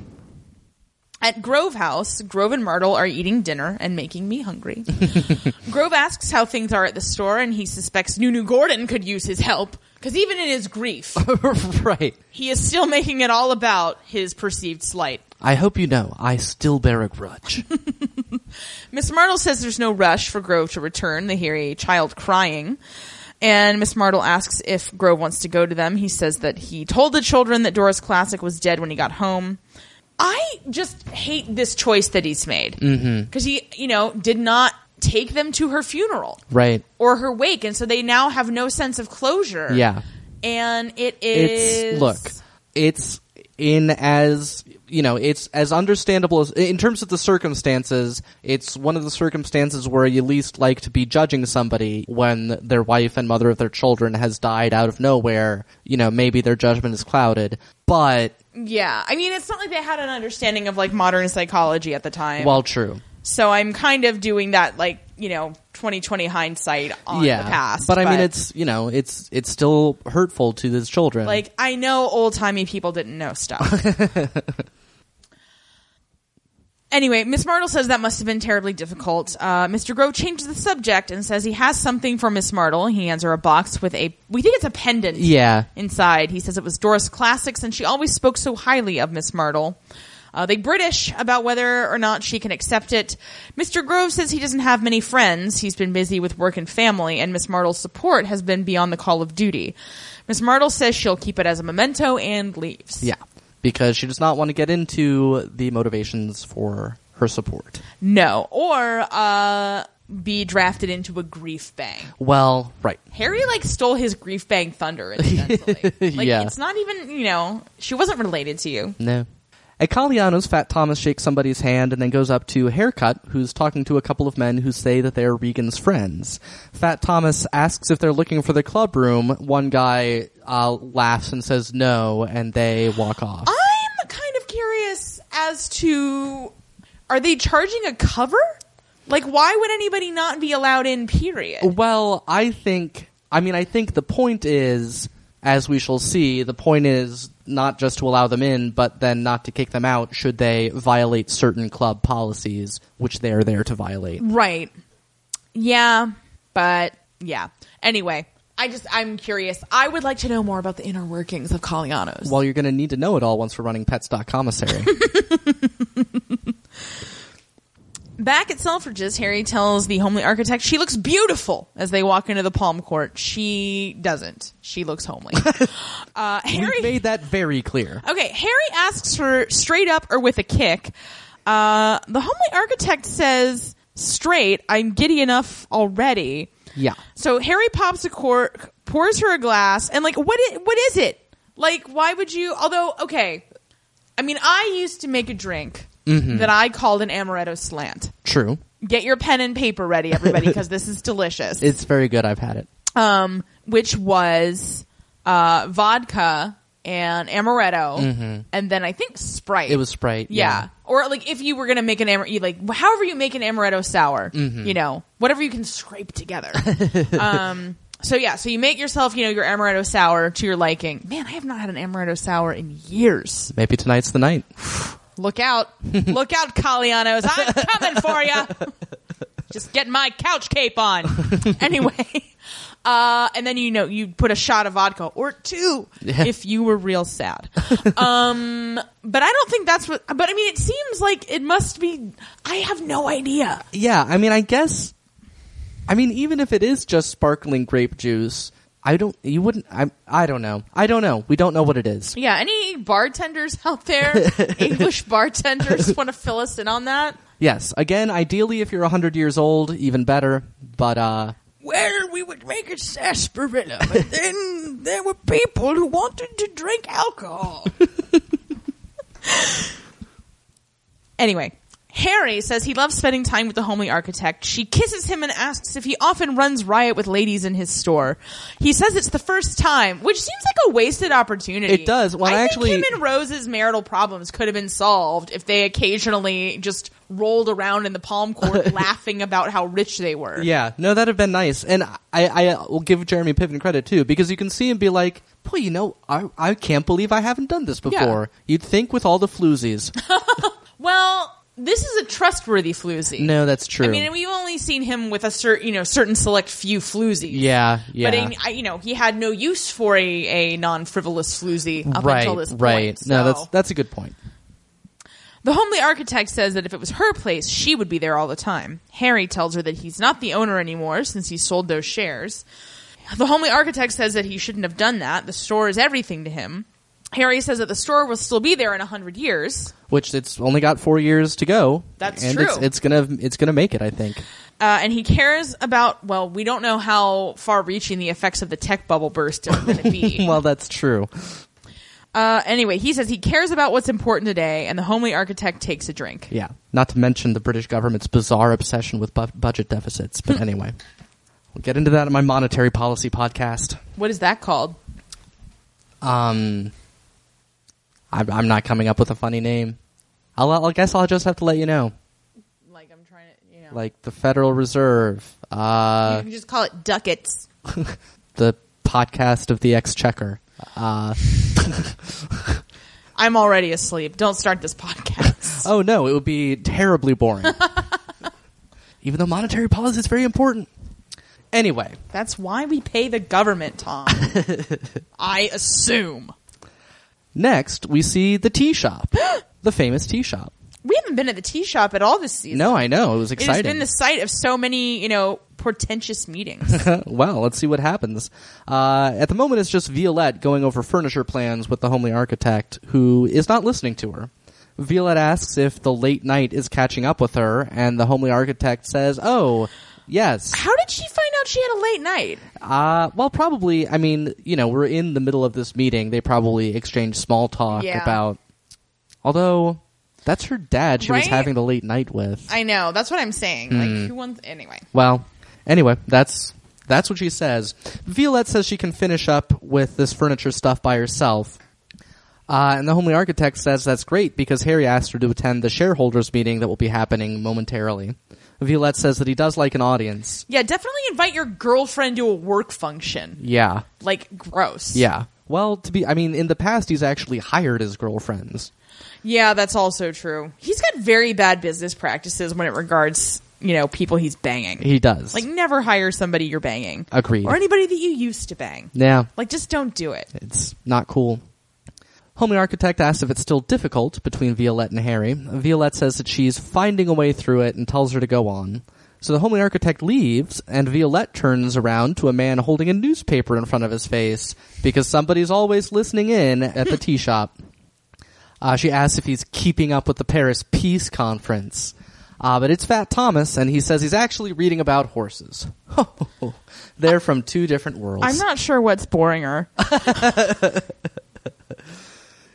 [SPEAKER 3] At Grove House, Grove and Myrtle are eating dinner and making me hungry. Grove asks how things are at the store, and he suspects Nunu Gordon could use his help. Because even in his grief,
[SPEAKER 2] right.
[SPEAKER 3] he is still making it all about his perceived slight.
[SPEAKER 2] I hope you know, I still bear a grudge.
[SPEAKER 3] Miss Martle says there's no rush for Grove to return. They hear a child crying. And Miss Martle asks if Grove wants to go to them. He says that he told the children that Doris Classic was dead when he got home. I just hate this choice that he's made.
[SPEAKER 2] Mm-hmm.
[SPEAKER 3] Because he, you know, did not take them to her funeral
[SPEAKER 2] right.
[SPEAKER 3] or her wake. And so they now have no sense of closure.
[SPEAKER 2] Yeah.
[SPEAKER 3] And it
[SPEAKER 2] it's
[SPEAKER 3] is.
[SPEAKER 2] look it's in as you know it's as understandable as in terms of the circumstances it's one of the circumstances where you least like to be judging somebody when their wife and mother of their children has died out of nowhere you know maybe their judgment is clouded but
[SPEAKER 3] Yeah. I mean, it's not like they had an understanding of like modern psychology at the time.
[SPEAKER 2] well true
[SPEAKER 3] So I'm kind of doing that, like you know, 2020 hindsight on
[SPEAKER 2] yeah
[SPEAKER 3] the past.
[SPEAKER 2] but i mean it's you know it's it's still hurtful to those children
[SPEAKER 3] like I know old timey people didn't know
[SPEAKER 2] [laughs]
[SPEAKER 3] stuff. anyway, Miss Martle says that must have been terribly difficult. Uh, Mr. Grove changes the subject and says he has something for Miss Martle. He hands her a box with a we think it's a pendant.
[SPEAKER 2] yeah
[SPEAKER 3] Inside, he says it was Doris Classics, and she always spoke so highly of Miss Martle. Uh, they British about whether or not she can accept it. Mr. Grove says he doesn't have many friends. He's been busy with work and family, and Miss Martle's support has been beyond the call of duty. Miss Martle says she'll keep it as a memento and leaves.
[SPEAKER 2] Yeah, because she does not want to get into the motivations for her support.
[SPEAKER 3] No. Or uh, be drafted into a grief bank.
[SPEAKER 2] Well, right.
[SPEAKER 3] Harry like stole his grief bank thunder incidentally.
[SPEAKER 2] [laughs]
[SPEAKER 3] like
[SPEAKER 2] Yeah.
[SPEAKER 3] it's not even you know she wasn't related to you.
[SPEAKER 2] No. At Caliano's, Fat Thomas shakes somebody's hand and then goes up to Haircut, who's talking to a couple of men who say that they are Regan's friends. Fat Thomas asks if they're looking for the club room. One guy uh, laughs and says no, and they walk off.
[SPEAKER 3] I'm kind of curious as to are they charging a cover? Like why would anybody not be allowed in? Period.
[SPEAKER 2] Well, I think, I mean, I think the point is, as we shall see, the point is not just to allow them in, but then not to kick them out should they violate certain club policies, which they are there to violate.
[SPEAKER 3] Right. Yeah, but yeah. Anyway, I just I'm curious. I would like to know more about the inner workings of Calianos.
[SPEAKER 2] Well, you're going to need to know it all once we're running Pets.commissary. commissary.
[SPEAKER 3] Back at Selfridges, Harry tells the homely architect she looks beautiful as they walk into the palm court. She doesn't. She looks [laughs] homely. uh, Harry.
[SPEAKER 2] We've made that very clear.
[SPEAKER 3] okay, Harry asks her straight up or with a kick. Uh, the homely architect says, straight, I'm giddy enough already.
[SPEAKER 2] Yeah.
[SPEAKER 3] So Harry pops a cork, pours her a glass, and like, what? i- what is it? Like, why would you? Although, okay. I mean, I used to make a drink
[SPEAKER 2] Mm-hmm.
[SPEAKER 3] that I called an amaretto slant
[SPEAKER 2] True.
[SPEAKER 3] get your pen and paper ready everybody because this is delicious
[SPEAKER 2] It's very good. I've had it.
[SPEAKER 3] um which was uh vodka and amaretto and then i think sprite
[SPEAKER 2] Mm-hmm. It was Sprite.
[SPEAKER 3] yeah. or like if you were gonna make an amar- you like however you make an amaretto sour you know whatever you can scrape together um so yeah so you make yourself you know your amaretto sour to your liking man i have not had an amaretto sour in years
[SPEAKER 2] Maybe tonight's the night.
[SPEAKER 3] look out look out Calianos. i'm coming for you just get my couch cape on anyway uh, and then you know you put a shot of vodka or two
[SPEAKER 2] Yeah.
[SPEAKER 3] if you were real sad um, [laughs] but i don't think that's what but i mean it seems like it must be i have no idea
[SPEAKER 2] Yeah. I mean, I guess. I mean, even if it is just sparkling grape juice, I don't. You wouldn't. I. I don't know. I don't know. We don't know what it is.
[SPEAKER 3] yeah any bartenders out there english bartenders want to fill us in on that
[SPEAKER 2] Yes. Again, ideally, if you're hundred years old, even better. But uh,
[SPEAKER 4] Well, we would make it sarsaparilla,
[SPEAKER 3] [laughs]
[SPEAKER 4] but then there were people who wanted to drink alcohol.
[SPEAKER 3] [laughs] Anyway, Harry says he loves spending time with the homely architect. She kisses him and asks if he often runs riot with ladies in his store. He says it's the first time, which seems like a wasted opportunity.
[SPEAKER 2] It does. Well,
[SPEAKER 3] I think
[SPEAKER 2] actually-
[SPEAKER 3] him and Rose's marital problems could have been solved if they occasionally just rolled around in the palm
[SPEAKER 2] [laughs]
[SPEAKER 3] court laughing about how rich they were.
[SPEAKER 2] yeah, no, that'd have been nice. And I, I will give Jeremy Piven credit too because you can see him be like, "Boy, you know, I, I can't believe I haven't done this before." You'd think with all
[SPEAKER 3] [laughs]
[SPEAKER 2] the floozies.
[SPEAKER 3] Well, this is a trustworthy floozy.
[SPEAKER 2] No, that's true.
[SPEAKER 3] I mean, and we've only seen him with a certain, you know, certain select few floozies.
[SPEAKER 2] yeah, yeah.
[SPEAKER 3] But in, I, you know, he had no use for a, a non-frivolous floozy up
[SPEAKER 2] right,
[SPEAKER 3] until this point.
[SPEAKER 2] right. No,
[SPEAKER 3] so-
[SPEAKER 2] that's that's a good point.
[SPEAKER 3] the homely architect says that if it was her place, she would be there all the time. Harry tells her that he's not the owner anymore since he sold those shares. The homely architect says that he shouldn't have done that. The store is everything to him. Harry says that the store will still be there in a hundred years.
[SPEAKER 2] Which it's only got four years to go.
[SPEAKER 3] That's
[SPEAKER 2] and It's,
[SPEAKER 3] true.
[SPEAKER 2] it's gonna it's gonna make it. I think.
[SPEAKER 3] Uh, and he cares about, well, we don't know how far reaching the effects of the tech bubble burst are going to be.
[SPEAKER 2] [laughs] Well, that's true.
[SPEAKER 3] Uh, anyway, he says he cares about what's important today, and the homely architect takes a drink.
[SPEAKER 2] Yeah. Not to mention the British government's bizarre obsession with bu- budget deficits.
[SPEAKER 3] [laughs]
[SPEAKER 2] But anyway, we'll get into that in my monetary policy podcast.
[SPEAKER 3] What is that called?
[SPEAKER 2] Um, I'm, I'm not coming up with a funny name. I'll, I'll I guess I'll just have to let you know.
[SPEAKER 3] Like I'm trying to, you know,
[SPEAKER 2] Like the Federal Reserve, uh,
[SPEAKER 3] you can just call it ducats.
[SPEAKER 2] the podcast of the Exchequer.
[SPEAKER 3] I'm already asleep. Don't start this
[SPEAKER 2] [laughs]
[SPEAKER 3] podcast.
[SPEAKER 2] Oh no, it would be terribly [laughs] boring. Even though monetary policy is very important. Anyway,
[SPEAKER 3] That's why we pay the government,
[SPEAKER 2] [laughs]
[SPEAKER 3] Tom. I assume.
[SPEAKER 2] [gasps] next we see the tea shop. the famous tea shop.
[SPEAKER 3] We haven't been at the tea shop at all this season.
[SPEAKER 2] No, I know. It was
[SPEAKER 3] It
[SPEAKER 2] exciting.
[SPEAKER 3] has been the site of so many, you know, portentous
[SPEAKER 2] [laughs]
[SPEAKER 3] meetings.
[SPEAKER 2] well, let's see what happens. Uh, at the moment, it's just Violette going over furniture plans with the homely architect, who is not listening to her. Violette asks if the late night is catching up with her, and the homely architect says, "Oh, yes.
[SPEAKER 3] How did she find out she had a late night?
[SPEAKER 2] Uh, well, probably. I mean, you know, we're in the middle of this meeting. They probably exchange small talk
[SPEAKER 3] Yeah.
[SPEAKER 2] about. Although, that's her dad. She was
[SPEAKER 3] Right?
[SPEAKER 2] having the late night with.
[SPEAKER 3] I know. That's what I'm saying.
[SPEAKER 2] Hmm.
[SPEAKER 3] Like, who wants. Anyway.
[SPEAKER 2] Well, anyway, that's that's what she says. Violette says she can finish up with this furniture stuff by herself. Uh, and the homely architect says that's great because Harry asked her to attend the shareholders meeting that will be happening momentarily. Violette says that he does like an audience.
[SPEAKER 3] Yeah, definitely invite your girlfriend to a work function.
[SPEAKER 2] Yeah.
[SPEAKER 3] Like, gross.
[SPEAKER 2] Yeah. Well, to be I mean, in the past he's actually hired his girlfriends.
[SPEAKER 3] Yeah, that's also true. He's got very bad business practices when it regards, you know, people he's banging.
[SPEAKER 2] He does.
[SPEAKER 3] like, never hire somebody you're banging.
[SPEAKER 2] Agreed.
[SPEAKER 3] Or anybody that you used to bang.
[SPEAKER 2] yeah.
[SPEAKER 3] Like, just don't do it.
[SPEAKER 2] It's not cool. Homely Architect asks if it's still difficult between Violette and Harry. Violette says that she's finding a way through it and tells her to go on. So the Homely Architect leaves, and Violette turns around to a man holding a newspaper in front of his face because somebody's always listening in at the tea shop. Uh, she asks if he's keeping up with the Paris Peace Conference. Uh, but it's Fat Thomas, and he says he's actually reading about horses. [laughs] They're from two different worlds.
[SPEAKER 3] I'm not sure what's boring her.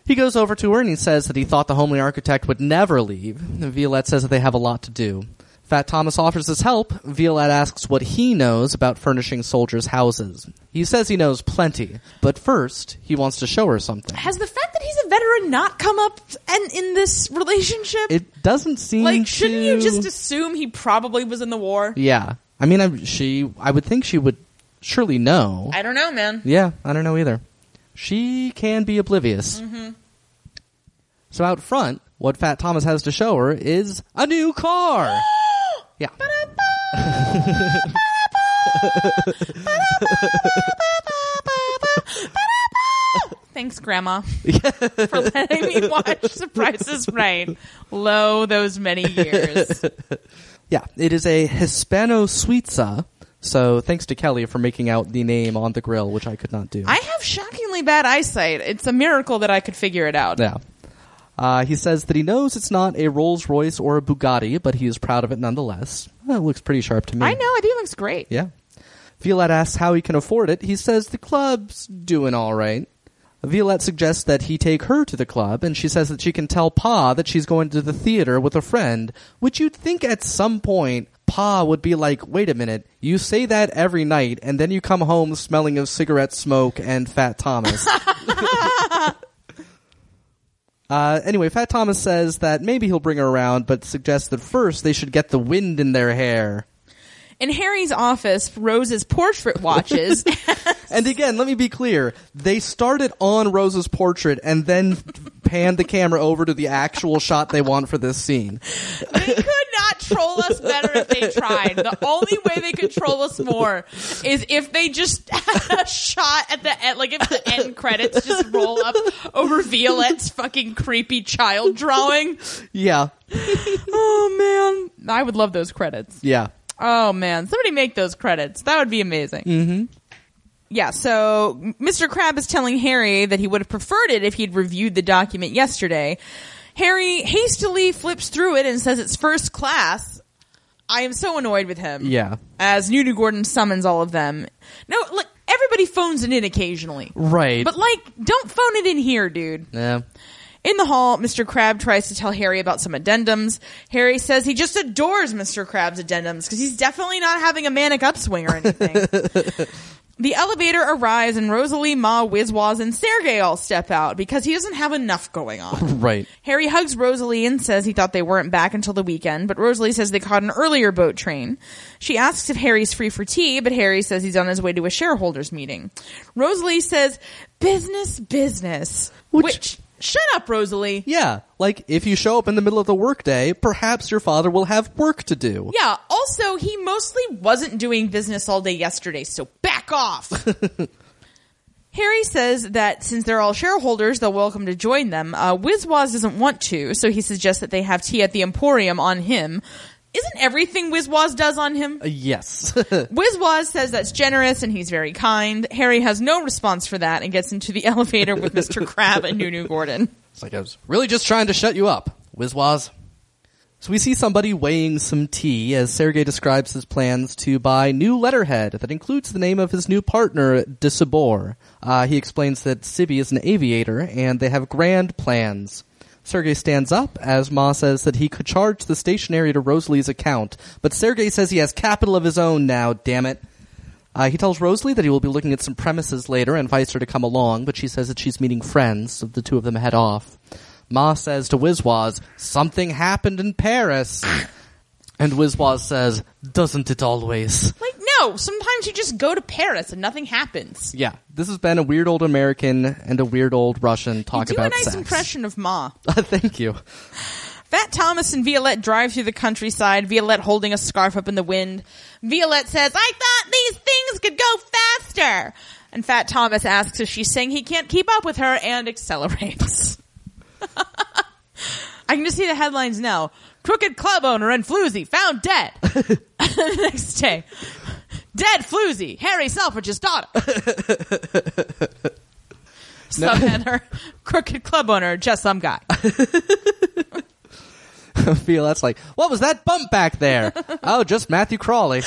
[SPEAKER 2] He goes over to her and he says that he thought the homely architect would never leave. Violette says that they have a lot to do. Fat Thomas offers his help. Violette asks what he knows about furnishing soldiers' houses. He says he knows plenty, but first he wants to show her something.
[SPEAKER 3] Has the fact that he's a veteran not come up and in this relationship?
[SPEAKER 2] It doesn't seem
[SPEAKER 3] like, shouldn't
[SPEAKER 2] to-
[SPEAKER 3] you just assume he probably was in the war?
[SPEAKER 2] Yeah, I mean, I, she. I would think she would surely know.
[SPEAKER 3] I don't know, man.
[SPEAKER 2] Yeah, I don't know either. She can be oblivious.
[SPEAKER 3] Mm-hmm.
[SPEAKER 2] So out front, what Fat Thomas has to show her is a
[SPEAKER 3] [gasps]
[SPEAKER 2] new car. yeah.
[SPEAKER 3] Thanks,
[SPEAKER 2] [laughs]
[SPEAKER 3] Grandma, for letting me watch Surprises Rain. Lo, those many
[SPEAKER 2] [laughs]
[SPEAKER 3] years.
[SPEAKER 2] Yeah, it is a Hispano Suiza. So thanks to Kelly for making out the name on the grill, which I could not do.
[SPEAKER 3] I have shockingly bad eyesight. It's a miracle that I could figure it out.
[SPEAKER 2] yeah. Uh, he says that he knows it's not a Rolls Royce or a Bugatti, but he is proud of it nonetheless. That looks pretty sharp to me.
[SPEAKER 3] I know. I think it looks great.
[SPEAKER 2] Yeah. Violette asks how he can afford it. He says the club's doing all right. Violette suggests that he take her to the club, and she says that she can tell Pa that she's going to the theater with a friend, which you'd think at some point Pa would be like, wait a minute, you say that every night, and then you come home smelling of cigarette smoke and Fat Thomas. Uh, anyway, Fat Thomas says that maybe he'll bring her around, but suggests that first they should get the wind in their hair.
[SPEAKER 3] In Harry's office, Rose's portrait
[SPEAKER 2] [laughs]
[SPEAKER 3] watches.
[SPEAKER 2] And again, let me be clear. They started on Rose's portrait and then [laughs] panned the camera over to the actual shot they want for this scene.
[SPEAKER 3] they could not troll us better if they tried. The only way they could troll us more is if they just [laughs] had a shot at the end, like if the end credits just roll up over Violette's fucking creepy child drawing.
[SPEAKER 2] Yeah.
[SPEAKER 3] Oh man, I would love those credits.
[SPEAKER 2] Yeah.
[SPEAKER 3] Oh man, somebody make those credits. That would be amazing. Mm-hmm. Yeah, so Mr. Crab is telling Harry that he would have preferred it if he'd reviewed the document yesterday. Harry hastily flips through it and says it's first class. I am so annoyed with him.
[SPEAKER 2] Yeah.
[SPEAKER 3] As Nunu Gordon summons all of them. No, look, everybody phones it in occasionally.
[SPEAKER 2] Right.
[SPEAKER 3] But like, don't phone it in here, dude.
[SPEAKER 2] yeah.
[SPEAKER 3] In the hall, Mr. Crab tries to tell Harry about some addendums. Harry says he just adores Mr. Crab's addendums because he's definitely not having a manic upswing or anything. the elevator arrives and Rosalie, Ma, Wizwaz, and Sergey all step out because he doesn't have enough going on.
[SPEAKER 2] Right.
[SPEAKER 3] Harry hugs Rosalie and says he thought they weren't back until the weekend, but Rosalie says they caught an earlier boat train. She asks if Harry's free for tea, but Harry says he's on his way to a shareholders meeting. Rosalie says, business, business.
[SPEAKER 2] Which-
[SPEAKER 3] Which, shut up, Rosalie.
[SPEAKER 2] Yeah. Like, if you show up in the middle of the workday, perhaps your father will have work to do.
[SPEAKER 3] Yeah, also, he
[SPEAKER 2] [laughs]
[SPEAKER 3] mostly wasn't doing business all day yesterday, so back off. Harry says that since they're all shareholders, they're welcome to join them. Uh, Wizwaz doesn't want to, so he suggests that they have tea at the Emporium on him. Isn't everything Wizwaz does on him?
[SPEAKER 2] Uh, [laughs] yes.
[SPEAKER 3] Wizwaz says that's generous and he's very kind. Harry has no response for that and gets into the [laughs] elevator with Mr. Crab and Nunu Gordon.
[SPEAKER 2] It's like I was really just trying to shut you up, Wizwaz. So we see somebody weighing some tea as Sergei describes his plans to buy new letterhead that includes the name of his new partner, Disabor. Uh, he explains that Sibby is an aviator and they have grand plans. Sergei stands up as Ma says that he could charge the stationery to Rosalie's account, but Sergei says he has capital of his own now, damn it. Uh, he tells Rosalie that he will be looking at some premises later and invites her to come along, but she says that she's meeting friends, so the two of them head off. Ma says to Wizwaz, something happened
[SPEAKER 3] [laughs]
[SPEAKER 2] in Paris. And Wizwaz says, doesn't it always?
[SPEAKER 3] Like, no, sometimes you just go to Paris and nothing happens.
[SPEAKER 2] Yeah, this has been a weird old American and a weird old Russian talk
[SPEAKER 3] Do a
[SPEAKER 2] about
[SPEAKER 3] nice
[SPEAKER 2] sex.
[SPEAKER 3] impression of Ma.
[SPEAKER 2] [laughs] Thank you.
[SPEAKER 3] Fat Thomas and Violette drive through the countryside, Violette holding a scarf up in the wind. Violette says, I thought these things could go faster! And Fat Thomas asks if she's saying he can't keep up with her and accelerates. [laughs] I can just see the headlines now. Crooked club owner and Floozy found dead. [laughs] Next day. Dead Floozy, Harry Selfridge's daughter. Subheader, crooked club owner, just some guy.
[SPEAKER 2] [laughs] Feel that's like, what was that bump back there? oh, just Matthew Crawley.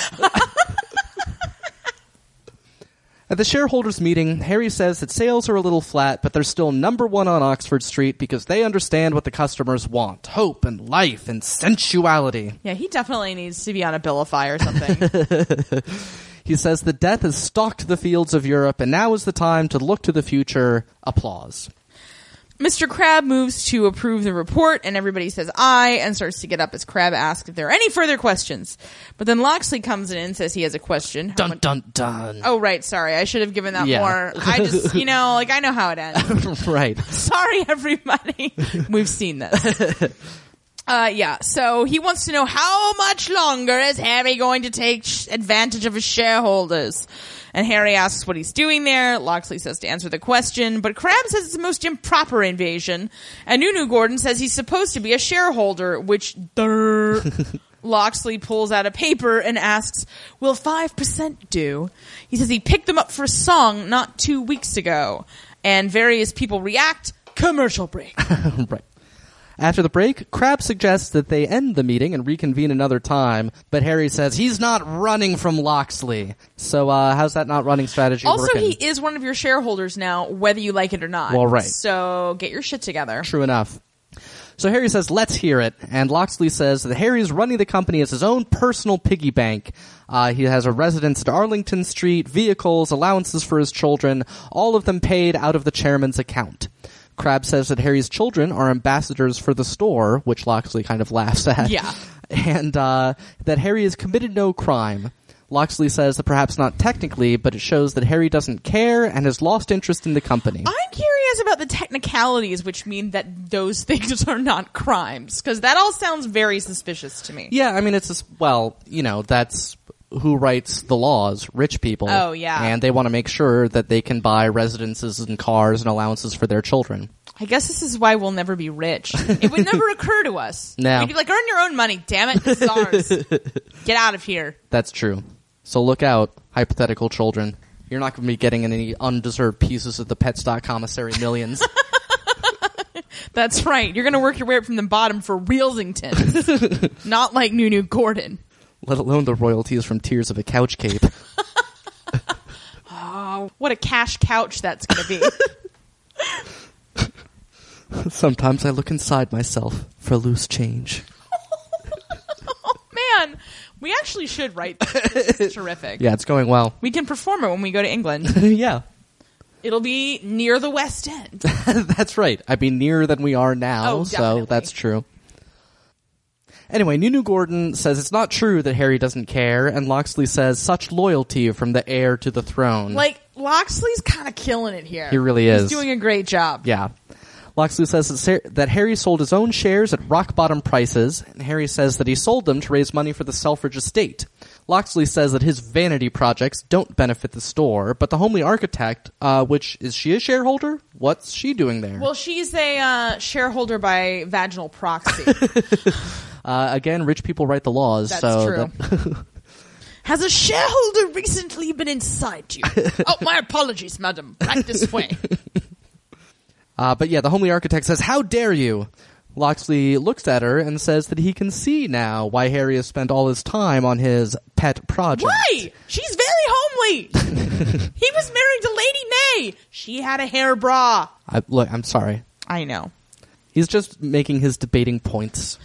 [SPEAKER 2] At the shareholders' meeting, Harry says that sales are a little flat, but they're still number one on Oxford Street because they understand what the customers want hope and life and sensuality.
[SPEAKER 3] Yeah, he definitely needs to be on a Abilify or something. [laughs]
[SPEAKER 2] He says that death has stalked the fields of Europe, and now is the time to look to the future. Applause.
[SPEAKER 3] Mr. Crab moves to approve the report, and everybody says aye and starts to get up as Crab asks if there are any further questions. But then Loxley comes in and says he has a question. How
[SPEAKER 2] Dun
[SPEAKER 3] much-
[SPEAKER 2] dun dun.
[SPEAKER 3] oh, right, sorry. I should have given that
[SPEAKER 2] Yeah.
[SPEAKER 3] more. I just, you know, like I know how it ends.
[SPEAKER 2] [laughs] right.
[SPEAKER 3] sorry everybody [laughs] we've seen this uh yeah so he wants to know how much longer is harry going to take sh- advantage of his shareholders and harry asks what he's doing there loxley says to answer the question but crab says it's the most improper invasion and nunu gordon says he's supposed to be a shareholder which durr. Loxley pulls out a paper and asks, Will 5% do? He says he picked them up for a song not two weeks ago. And various people react. Commercial break.
[SPEAKER 2] Right. After the break, Crab suggests that they end the meeting and reconvene another time, but Harry says he's not running from Loxley. So, uh, how's that not running strategy
[SPEAKER 3] also,
[SPEAKER 2] working?
[SPEAKER 3] he is one of your shareholders now, whether you like it or not.
[SPEAKER 2] Well, right.
[SPEAKER 3] So get your shit together.
[SPEAKER 2] True enough. So Harry says, let's hear it. And Loxley says that Harry is running the company as his own personal piggy bank. Uh, he has a residence at Arlington Street, vehicles, allowances for his children, all of them paid out of the chairman's account. Crab says that Harry's children are ambassadors for the store, which Loxley kind of laughs at.
[SPEAKER 3] Yeah.
[SPEAKER 2] [laughs] And uh, that Harry has committed no crime. Loxley says that perhaps not technically, but it shows that Harry doesn't care and has lost interest in the company.
[SPEAKER 3] I'm curious about the technicalities, which mean that those [laughs] things are not crimes, because that all sounds very suspicious to me.
[SPEAKER 2] Yeah, I mean, it's just, well, you know, that's who writes the laws, rich people.
[SPEAKER 3] Oh, yeah.
[SPEAKER 2] And they want to make sure that they can buy residences and cars and allowances for their children.
[SPEAKER 3] I guess this is why we'll never be rich. It would
[SPEAKER 2] [laughs]
[SPEAKER 3] never occur to us.
[SPEAKER 2] No.
[SPEAKER 3] We'd be like, earn your own money, damn it. This is
[SPEAKER 2] [laughs]
[SPEAKER 3] ours. Get out of here.
[SPEAKER 2] That's true. So look out, hypothetical children. You're not going to be getting any undeserved pieces of the Pets.com commissary
[SPEAKER 3] [laughs]
[SPEAKER 2] millions.
[SPEAKER 3] That's right. You're going to work your way up from the bottom for Reelsington.
[SPEAKER 2] [laughs]
[SPEAKER 3] Not like Nunu Gordon.
[SPEAKER 2] let alone the royalties from Tears of a Couch Cape.
[SPEAKER 3] What a cash couch that's going to
[SPEAKER 2] [laughs]
[SPEAKER 3] be.
[SPEAKER 2] Sometimes I look inside myself for loose change.
[SPEAKER 3] Man, we actually should write this. This
[SPEAKER 2] [laughs]
[SPEAKER 3] is terrific.
[SPEAKER 2] Yeah, it's
[SPEAKER 3] [laughs]
[SPEAKER 2] going well.
[SPEAKER 3] We can perform it when we go to England.
[SPEAKER 2] [laughs] yeah.
[SPEAKER 3] It'll be near the West End.
[SPEAKER 2] [laughs] that's right. I'd be nearer than we are now,
[SPEAKER 3] Oh,
[SPEAKER 2] so
[SPEAKER 3] definitely.
[SPEAKER 2] that's true. Anyway, Nunu Gordon says it's not true that Harry doesn't care, and Loxley says such loyalty from the heir to the throne.
[SPEAKER 3] Like, Loxley's kind of killing it here.
[SPEAKER 2] He really
[SPEAKER 3] He's
[SPEAKER 2] is.
[SPEAKER 3] doing a great job.
[SPEAKER 2] yeah. Loxley says that, Sar- that Harry sold his own shares at rock bottom prices, and Harry says that he sold them to raise money for the Selfridge estate. Loxley says that his vanity projects don't benefit the store, but the homely architect, uh, which is she a shareholder? What's she doing there?
[SPEAKER 3] Well, she's a uh, shareholder by vaginal
[SPEAKER 2] [laughs]
[SPEAKER 3] proxy.
[SPEAKER 2] uh, again, rich people write the laws,
[SPEAKER 3] That's
[SPEAKER 2] so
[SPEAKER 3] true.
[SPEAKER 2] that- [laughs]
[SPEAKER 4] Has a shareholder recently been inside
[SPEAKER 2] [laughs]
[SPEAKER 4] you?
[SPEAKER 3] oh, my apologies, madam. Back this way.
[SPEAKER 2] Uh, but yeah, the homely architect says, "How dare you!" Loxley looks at her and says that he can see now why Harry has spent all his time on his pet project.
[SPEAKER 3] Why? She's very
[SPEAKER 2] [laughs]
[SPEAKER 3] homely. he was married to Lady May. She had a hair bra.
[SPEAKER 2] I, look, I'm sorry.
[SPEAKER 3] I know.
[SPEAKER 2] He's just making his debating points.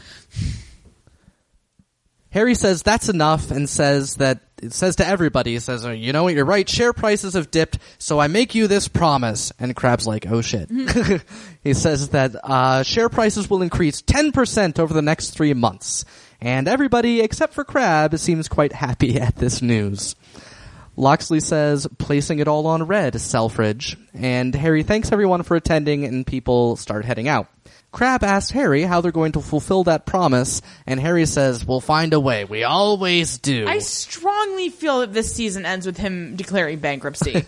[SPEAKER 2] Harry says that's enough and says that it says to everybody, he says, "Oh, you know what, you're right, share prices have dipped, so I make you this promise. And Crab's like, oh shit. [laughs] he says that uh, share prices will increase 10% over the next three months. And everybody, except for Crab, seems quite happy [laughs] at this news. Loxley says, placing it all on red, Selfridge. And Harry thanks everyone for attending, and people start heading out. Crab asks Harry how they're going to fulfill that promise, and Harry says, We'll find a way. We always do.
[SPEAKER 3] I strongly feel that this season ends with him declaring bankruptcy.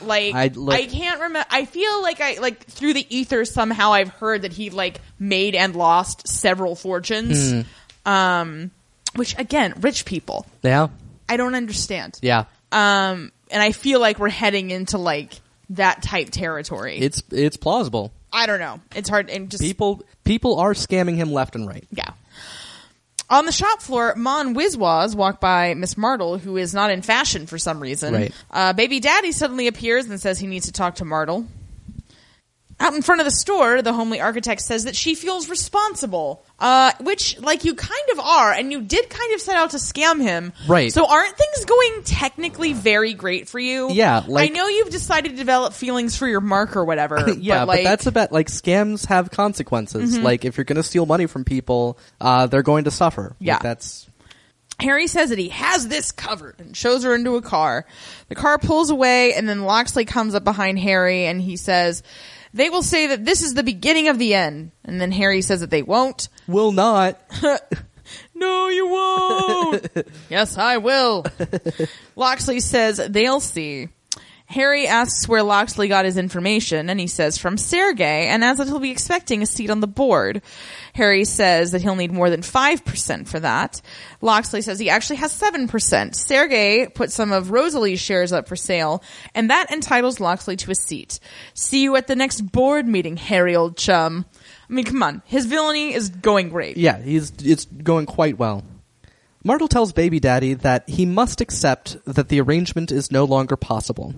[SPEAKER 3] like
[SPEAKER 2] I'd look-
[SPEAKER 3] I can't remember. I feel like I like through the ether somehow I've heard that he like made and lost several fortunes. Um, which again, rich people,
[SPEAKER 2] yeah?
[SPEAKER 3] I don't understand.
[SPEAKER 2] Yeah.
[SPEAKER 3] Um, and I feel like we're heading into like that type territory.
[SPEAKER 2] It's, it's plausible.
[SPEAKER 3] I don't know. It's hard and just
[SPEAKER 2] People, people are scamming him left and right.
[SPEAKER 3] yeah. On the shop floor, Mon Wizwaz walk by Miss Martle, who is not in fashion for some reason.
[SPEAKER 2] Right.
[SPEAKER 3] Uh, Baby Daddy suddenly appears and says he needs to talk to Martle. Out in front of the store, the homely architect says that she feels responsible, uh, which, like, you kind of are, and you did kind of set out to scam him.
[SPEAKER 2] Right.
[SPEAKER 3] So aren't things going technically very great for you?
[SPEAKER 2] Yeah, like-
[SPEAKER 3] I know you've decided to develop feelings for your mark or whatever.
[SPEAKER 2] [laughs] yeah,
[SPEAKER 3] but, like,
[SPEAKER 2] Uh,
[SPEAKER 3] Mm-hmm.
[SPEAKER 2] that's about like scams have consequences. Like if you're going to steal money from people, uh, they're going to suffer. Like,
[SPEAKER 3] Yeah.
[SPEAKER 2] that's
[SPEAKER 3] Harry says that he has this covered and shows her into a car. The car pulls away and then Loxley comes up behind Harry and he says, they will say that this is the beginning of the end. And then Harry says that they won't.
[SPEAKER 2] will not.
[SPEAKER 3] No, you won't. [laughs] yes, I [laughs] will. Loxley says they'll see. Harry asks where Loxley got his information, and he says from Sergey, and as that he'll be expecting a seat on the board. Harry says that he'll need more than 5% for that. Loxley says he actually has 7%. Sergey put some of Rosalie's shares up for sale, and that entitles Loxley to a seat. See you at the next board meeting, Harry, old chum. I mean, come on. His villainy is going great.
[SPEAKER 2] Yeah, he's it's going quite well. Martel tells Baby Daddy that he must accept that the arrangement is no longer possible.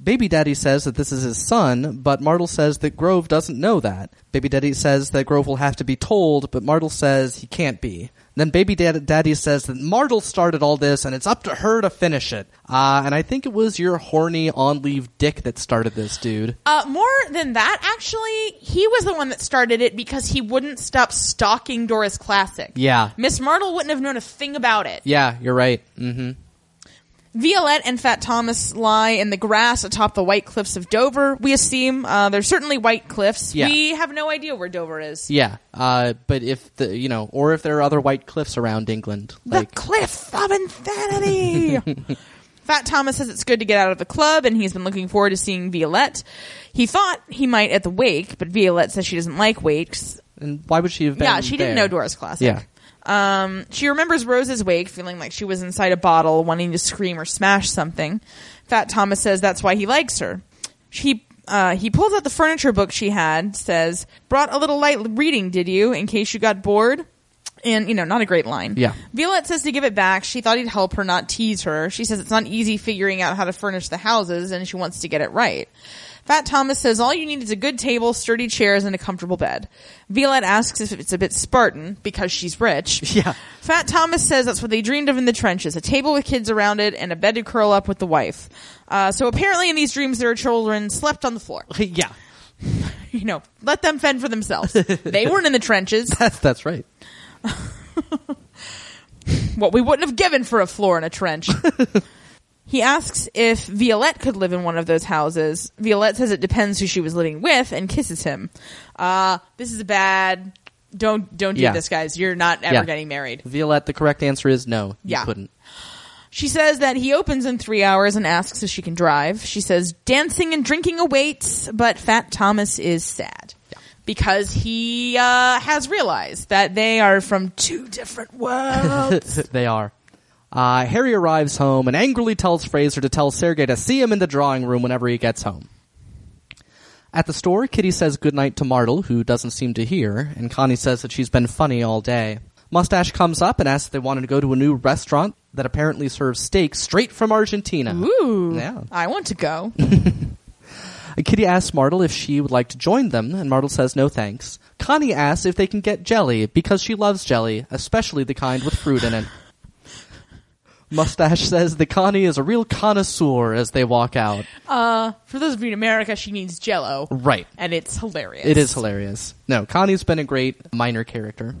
[SPEAKER 2] Baby Daddy says that this is his son, but Martel says that Grove doesn't know that. Baby Daddy says that Grove will have to be told, but Martel says he can't be. Then Baby Dad- Daddy says that Martel started all this and it's up to her to finish it. Uh, and I think it was your horny on leave dick that started this, dude.
[SPEAKER 3] Uh, more than that, actually, he was the one that started it because he wouldn't stop stalking Doris Classic.
[SPEAKER 2] Yeah.
[SPEAKER 3] Miss Martle wouldn't have known a thing about it.
[SPEAKER 2] Yeah, you're right. hmm
[SPEAKER 3] Violette and Fat Thomas lie in the grass atop the white cliffs of Dover, we assume. Uh, they're certainly white cliffs.
[SPEAKER 2] Yeah.
[SPEAKER 3] We have no idea where Dover is.
[SPEAKER 2] Yeah, uh, but if the you know, or if there are other white cliffs around England, like
[SPEAKER 3] the cliff of
[SPEAKER 2] [laughs]
[SPEAKER 3] insanity. Fat Thomas says it's good to get out of the club, and he's been looking forward to seeing Violette. He thought he might at the wake, but Violette says she doesn't like wakes,
[SPEAKER 2] and why would she have been?
[SPEAKER 3] Yeah, she didn't
[SPEAKER 2] there?
[SPEAKER 3] know Doris Classic. [laughs]
[SPEAKER 2] Yeah.
[SPEAKER 3] Um, she remembers Rose's wake, feeling like she was inside a bottle, wanting to scream or smash something. Fat Thomas says that's why he likes her. She, uh, he pulls out the furniture book she had, says, brought a little light reading, did you, in case you got bored? And, you know, not a great line.
[SPEAKER 2] Yeah.
[SPEAKER 3] Violette says to give it back. She thought he'd help her, not tease her. She says it's not easy figuring out how to furnish the houses, and she wants to get it right. Fat Thomas says all you need is a good table, sturdy chairs, and a comfortable bed. Violette asks if it's a bit Spartan because she's rich.
[SPEAKER 2] [laughs] Yeah.
[SPEAKER 3] Fat Thomas says that's what they dreamed of in the trenches: a table with kids around it and a bed to curl up with the wife. Uh, so apparently, in these dreams, their children slept on the floor. [laughs]
[SPEAKER 2] yeah,
[SPEAKER 3] You know, let them fend for
[SPEAKER 2] [laughs]
[SPEAKER 3] themselves. they weren't in the trenches.
[SPEAKER 2] that's that's right.
[SPEAKER 3] what we wouldn't have given for a floor in a
[SPEAKER 2] [laughs]
[SPEAKER 3] trench. he asks if Violette could live in one of those houses. Violette says it depends who she was living with and kisses him. Uh, this is a bad. Don't don't do
[SPEAKER 2] Yeah.
[SPEAKER 3] this, guys. You're not ever
[SPEAKER 2] Yeah.
[SPEAKER 3] getting married.
[SPEAKER 2] Violette, the correct answer is no. You
[SPEAKER 3] Yeah.
[SPEAKER 2] couldn't.
[SPEAKER 3] She says that he opens in three hours and asks if she can drive. She says dancing and drinking awaits, but Fat Thomas is sad because he uh, has realized that they are from two different worlds.
[SPEAKER 2] [laughs] they are. Uh, Harry arrives home and angrily tells Fraser to tell Sergei to see him in the drawing room whenever he gets home. At the store, Kitty says goodnight to Martle, who doesn't seem to hear, and Connie says that she's been funny all day. Mustache comes up and asks if they wanted to go to a new restaurant that apparently serves steak straight from Argentina.
[SPEAKER 3] Ooh,
[SPEAKER 2] Yeah.
[SPEAKER 3] I want to
[SPEAKER 2] [laughs]
[SPEAKER 3] go.
[SPEAKER 2] Uh, Kitty asks Martle if she would like to join them, and Martle says no thanks. Connie asks if they can get jelly, because she loves jelly, especially the kind with
[SPEAKER 3] [laughs]
[SPEAKER 2] fruit in it. Mustache says that Connie is a real connoisseur as they walk out.
[SPEAKER 3] Uh, For those of you in America, she needs Jello,
[SPEAKER 2] Right.
[SPEAKER 3] and it's hilarious.
[SPEAKER 2] It is hilarious. No, Connie's been a great minor character.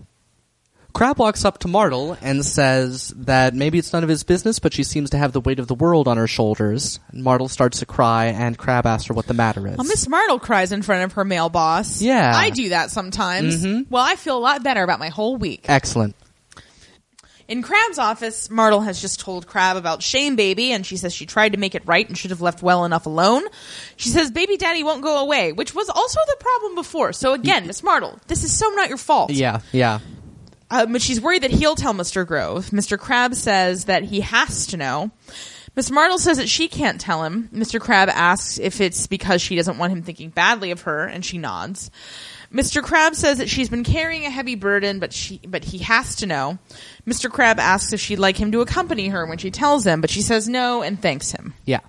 [SPEAKER 2] Crab walks up to Martle and says that maybe it's none of his business, but she seems to have the weight of the world on her shoulders. And Martle starts to cry, and Crab asks her what the matter is.
[SPEAKER 3] Well, Miss Martle cries in front of her male boss.
[SPEAKER 2] Yeah. Mm-hmm.
[SPEAKER 3] I do that sometimes. Well, I feel a lot better about my whole week.
[SPEAKER 2] Excellent.
[SPEAKER 3] In Crab's office, Martle has just told Crab about Shane Baby, and she says she tried to make it right and should have left well enough alone. She says Baby Daddy won't go away, which was also the problem before. So again, Miss Martle, this is so not your fault.
[SPEAKER 2] Yeah, yeah.
[SPEAKER 3] Um, but she's worried that he'll tell Mr. Grove. Mr. Crab says that he has to know. Miss Martle says that she can't tell him. Mr. Crab asks if it's because she doesn't want him thinking badly of her, and she nods. Mr. Crab says that she's been carrying a heavy burden, but she but he has to know. Mr. Crab asks if she'd like him to accompany her when she tells him, but she says no and thanks him.
[SPEAKER 2] Yeah,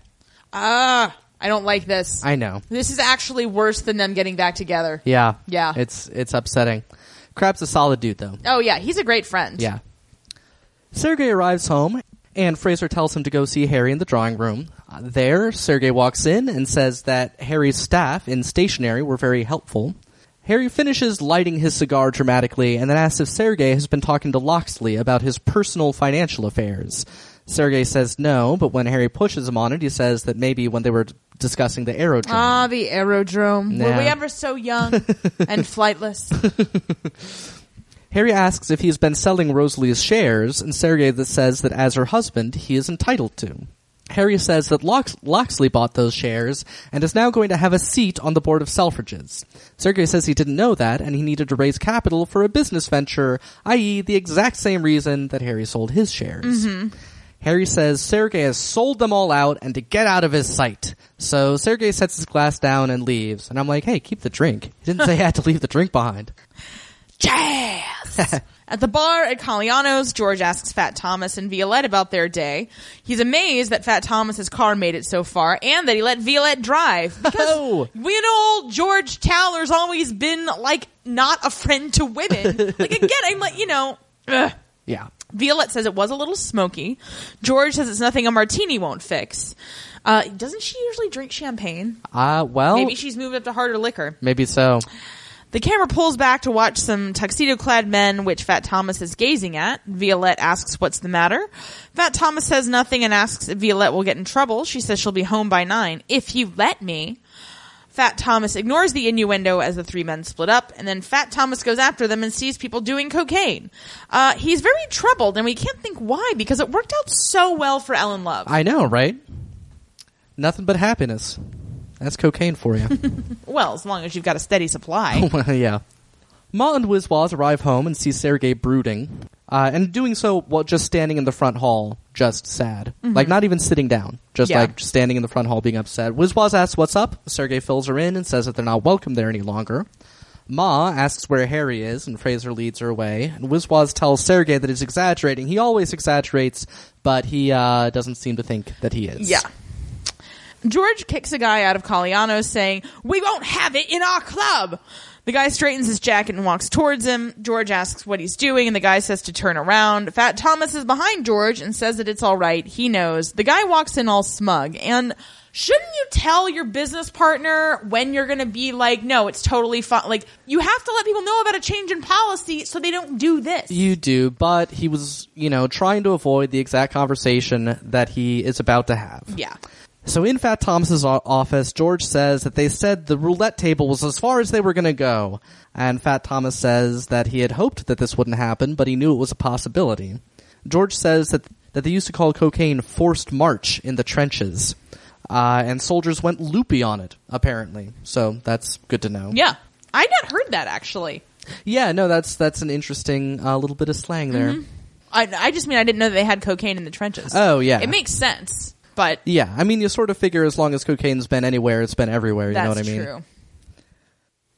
[SPEAKER 3] Ah, I don't like this.
[SPEAKER 2] I know.
[SPEAKER 3] this is actually worse than them getting back together.
[SPEAKER 2] Yeah,
[SPEAKER 3] Yeah.
[SPEAKER 2] It's it's upsetting. Crab's a solid dude though.
[SPEAKER 3] Oh yeah, he's a great friend.
[SPEAKER 2] Yeah. Sergey arrives home, and Fraser tells him to go see Harry in the drawing room. Uh, there, Sergey walks in and says that Harry's staff in stationery were very helpful. Harry finishes lighting his cigar dramatically and then asks if Sergey has been talking to Loxley about his personal financial affairs. Sergey says no, but when Harry pushes him on it, he says that maybe when they were d- discussing the aerodrome.
[SPEAKER 3] Ah, the aerodrome.
[SPEAKER 2] Nah.
[SPEAKER 3] Were we ever so young and flightless?
[SPEAKER 2] Harry asks if he's been selling Rosalie's shares, and Sergey that says that as her husband, he is entitled to. Harry says that Lox- Loxley bought those shares and is now going to have a seat on the board of Selfridges. Sergey says he didn't know that and he needed to raise capital for a business venture, i.e., the exact same reason that Harry sold his shares. Harry says Sergey has sold them all out and to get out of his sight. So Sergey sets his glass down and leaves. And I'm like, hey, keep the drink. He didn't say he had to leave the drink behind.
[SPEAKER 3] Jazz! at the bar at Colliano's, George asks Fat Thomas and Violette about their day. He's amazed that Fat Thomas's car made it so far and that he let Violette drive. Because
[SPEAKER 2] Oh.
[SPEAKER 3] we know old George Towler's always been, like, not a friend to women. like, again, I'm like, you know, ugh.
[SPEAKER 2] Yeah.
[SPEAKER 3] Violette says it was a little smoky. George says it's nothing a martini won't fix. Uh, doesn't she usually drink champagne?
[SPEAKER 2] Uh, well,
[SPEAKER 3] Maybe she's moved up to harder liquor.
[SPEAKER 2] Maybe so.
[SPEAKER 3] The camera pulls back to watch some tuxedo clad men, which Fat Thomas is gazing at. Violette asks what's the matter. Fat Thomas says nothing and asks if Violette will get in trouble. She says she'll be home by nine, if you let me. Fat Thomas ignores the innuendo as the three men split up, and then Fat Thomas goes after them and sees people doing cocaine. Uh, he's very troubled, and we can't think why, because it worked out so well for Ellen Love.
[SPEAKER 2] I know, right? Nothing but happiness. That's cocaine for you.
[SPEAKER 3] well, as long as you've got a steady supply.
[SPEAKER 2] [laughs] Well, yeah. Ma and Wiswas arrive home and see Sergei brooding, uh, and doing so while just standing in the front hall, just sad. Like, not even sitting down, just
[SPEAKER 3] Mm-hmm. Yeah.
[SPEAKER 2] like standing in the front hall being upset. Wiswas asks what's up. Sergei fills her in and says that they're not welcome there any longer. Ma asks where Harry is, and Fraser leads her away. And Wiswas tells Sergei that he's exaggerating. He always exaggerates, but he uh, doesn't seem to think that he is.
[SPEAKER 3] Yeah. George kicks a guy out of Colliano's saying, We won't have it in our club. The guy straightens his jacket and walks towards him. George asks what he's doing, and the guy says to turn around. Fat Thomas is behind George and says that it's all right. He knows. The guy walks in all smug. And shouldn't you tell your business partner when you're going to be like, No, it's totally fine? Like, you have to let people know about a change in policy so they don't do this.
[SPEAKER 2] You do, but he was, you know, trying to avoid the exact conversation that he is about to have.
[SPEAKER 3] yeah.
[SPEAKER 2] So in Fat Thomas's o- office, George says that they said the roulette table was as far as they were going to go, and Fat Thomas says that he had hoped that this wouldn't happen, but he knew it was a possibility. George says that that they used to call cocaine forced march in the trenches. Uh, and soldiers went loopy on it, apparently. So that's good to know.
[SPEAKER 3] Yeah. I'd not heard that actually.
[SPEAKER 2] Yeah, no, that's that's an interesting uh, little bit of slang there.
[SPEAKER 3] Mm-hmm. I, I just mean I didn't know that they had cocaine in the trenches.
[SPEAKER 2] Oh, yeah.
[SPEAKER 3] It makes sense, but
[SPEAKER 2] Yeah, I mean, you sort of figure as long as cocaine's been anywhere, it's been everywhere. You
[SPEAKER 3] that's
[SPEAKER 2] know what I mean?
[SPEAKER 3] true.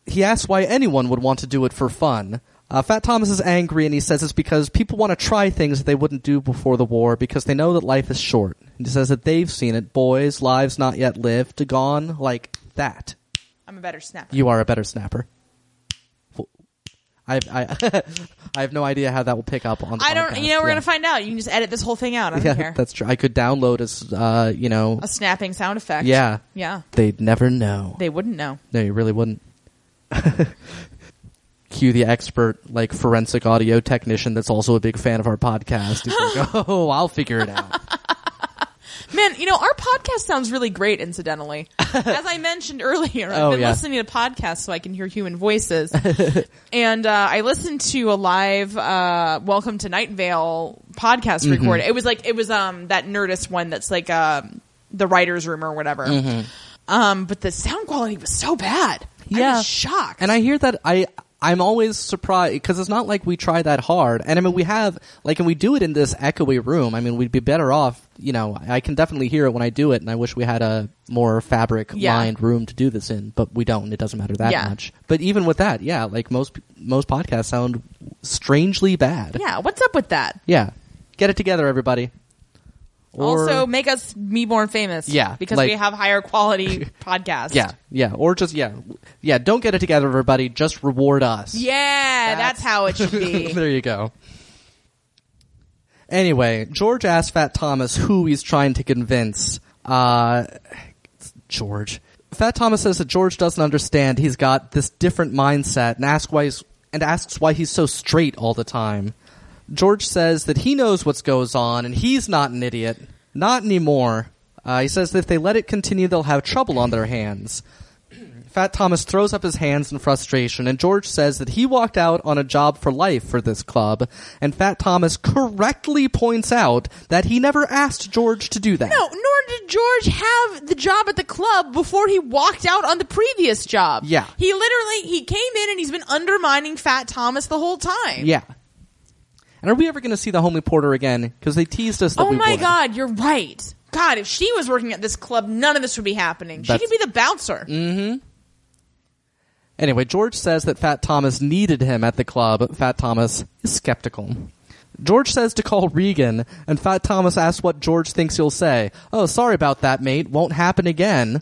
[SPEAKER 2] He asks why anyone would want to do it for fun. Uh, Fat Thomas is angry and he says it's because people want to try things that they wouldn't do before the war because they know that life is short. And he says that they've seen it boys, lives not yet lived, gone like that.
[SPEAKER 3] I'm a better snapper.
[SPEAKER 2] You are a better snapper. I, I, [laughs] I have no idea how that will pick up on the
[SPEAKER 3] I don't.
[SPEAKER 2] podcast.
[SPEAKER 3] You know, we're
[SPEAKER 2] Yeah.
[SPEAKER 3] gonna find out. You can just edit this whole thing out. I don't
[SPEAKER 2] Yeah,
[SPEAKER 3] care.
[SPEAKER 2] [laughs] that's true. I could download as, uh, you know,
[SPEAKER 3] a snapping sound effect.
[SPEAKER 2] yeah.
[SPEAKER 3] Yeah.
[SPEAKER 2] They'd never know.
[SPEAKER 3] They wouldn't know.
[SPEAKER 2] No, you really wouldn't. [laughs] Cue the expert, like forensic audio technician that's also a big fan of our podcast.
[SPEAKER 3] [gasps]
[SPEAKER 2] He's like, oh, I'll figure
[SPEAKER 3] [laughs]
[SPEAKER 2] it out.
[SPEAKER 3] Man, you know, our podcast sounds really great,
[SPEAKER 2] [laughs]
[SPEAKER 3] incidentally. As I mentioned earlier, I've
[SPEAKER 2] Oh,
[SPEAKER 3] been
[SPEAKER 2] yeah.
[SPEAKER 3] listening to podcasts so I can hear human
[SPEAKER 2] [laughs]
[SPEAKER 3] voices. and uh, I listened to a live uh, Welcome to Night Vale podcast
[SPEAKER 2] Mm-hmm.
[SPEAKER 3] recording. It was like, it was um, that Nerdist one that's like um, the writer's room or whatever.
[SPEAKER 2] Mm-hmm.
[SPEAKER 3] Um, but the sound quality was so bad. I
[SPEAKER 2] Yeah.
[SPEAKER 3] was shocked.
[SPEAKER 2] And I hear that I I'm always surprised because it's not like we try that hard. And I mean, we have like, and we do it in this echoey room. I mean, we'd be better off. You know, I can definitely hear it when I do it, and I wish we had a more fabric
[SPEAKER 3] Yeah.
[SPEAKER 2] lined room to do this in, but we don't. It doesn't matter that
[SPEAKER 3] Yeah.
[SPEAKER 2] much. But even with that, yeah, like most most podcasts sound strangely bad.
[SPEAKER 3] yeah, what's up with that?
[SPEAKER 2] Yeah. Get it together, everybody. Or-
[SPEAKER 3] also, make us be more famous.
[SPEAKER 2] Yeah,
[SPEAKER 3] Because
[SPEAKER 2] like-
[SPEAKER 3] we have higher
[SPEAKER 2] [laughs]
[SPEAKER 3] quality podcasts.
[SPEAKER 2] yeah, yeah, or just yeah, yeah. Don't get it together, everybody. Just reward us.
[SPEAKER 3] Yeah, that's, how it should be.
[SPEAKER 2] [laughs] there you go. Anyway, George asks Fat Thomas who he's trying to convince. Uh, George. Fat Thomas says that George doesn't understand. He's got this different mindset, and asks why he's, and asks why he's so straight all the time. George says that he knows what goes on, and he's not an idiot. Not anymore. Uh, he says that if they let it continue, they'll have trouble on their hands. [clears throat] Fat Thomas throws up his hands in frustration, and George says that he walked out on a job for life for this club. And Fat Thomas correctly points out that he never asked George to do that.
[SPEAKER 3] No, nor did George have the job at the club before he walked out on the previous job.
[SPEAKER 2] Yeah.
[SPEAKER 3] He literally he came in and he's been undermining Fat Thomas the whole time.
[SPEAKER 2] Yeah. And are we ever going to see the homely porter again? Because they teased us that
[SPEAKER 3] Oh
[SPEAKER 2] we
[SPEAKER 3] my
[SPEAKER 2] would.
[SPEAKER 3] god, you're right. God, if she was working at this club, none of this would be happening.
[SPEAKER 2] That's-
[SPEAKER 3] she could be the bouncer.
[SPEAKER 2] Anyway, George says that Fat Thomas needed him at the club. Fat Thomas is skeptical. George says to call Regan, and Fat Thomas asks what George thinks he'll say. Oh, sorry about that, mate. Won't happen again.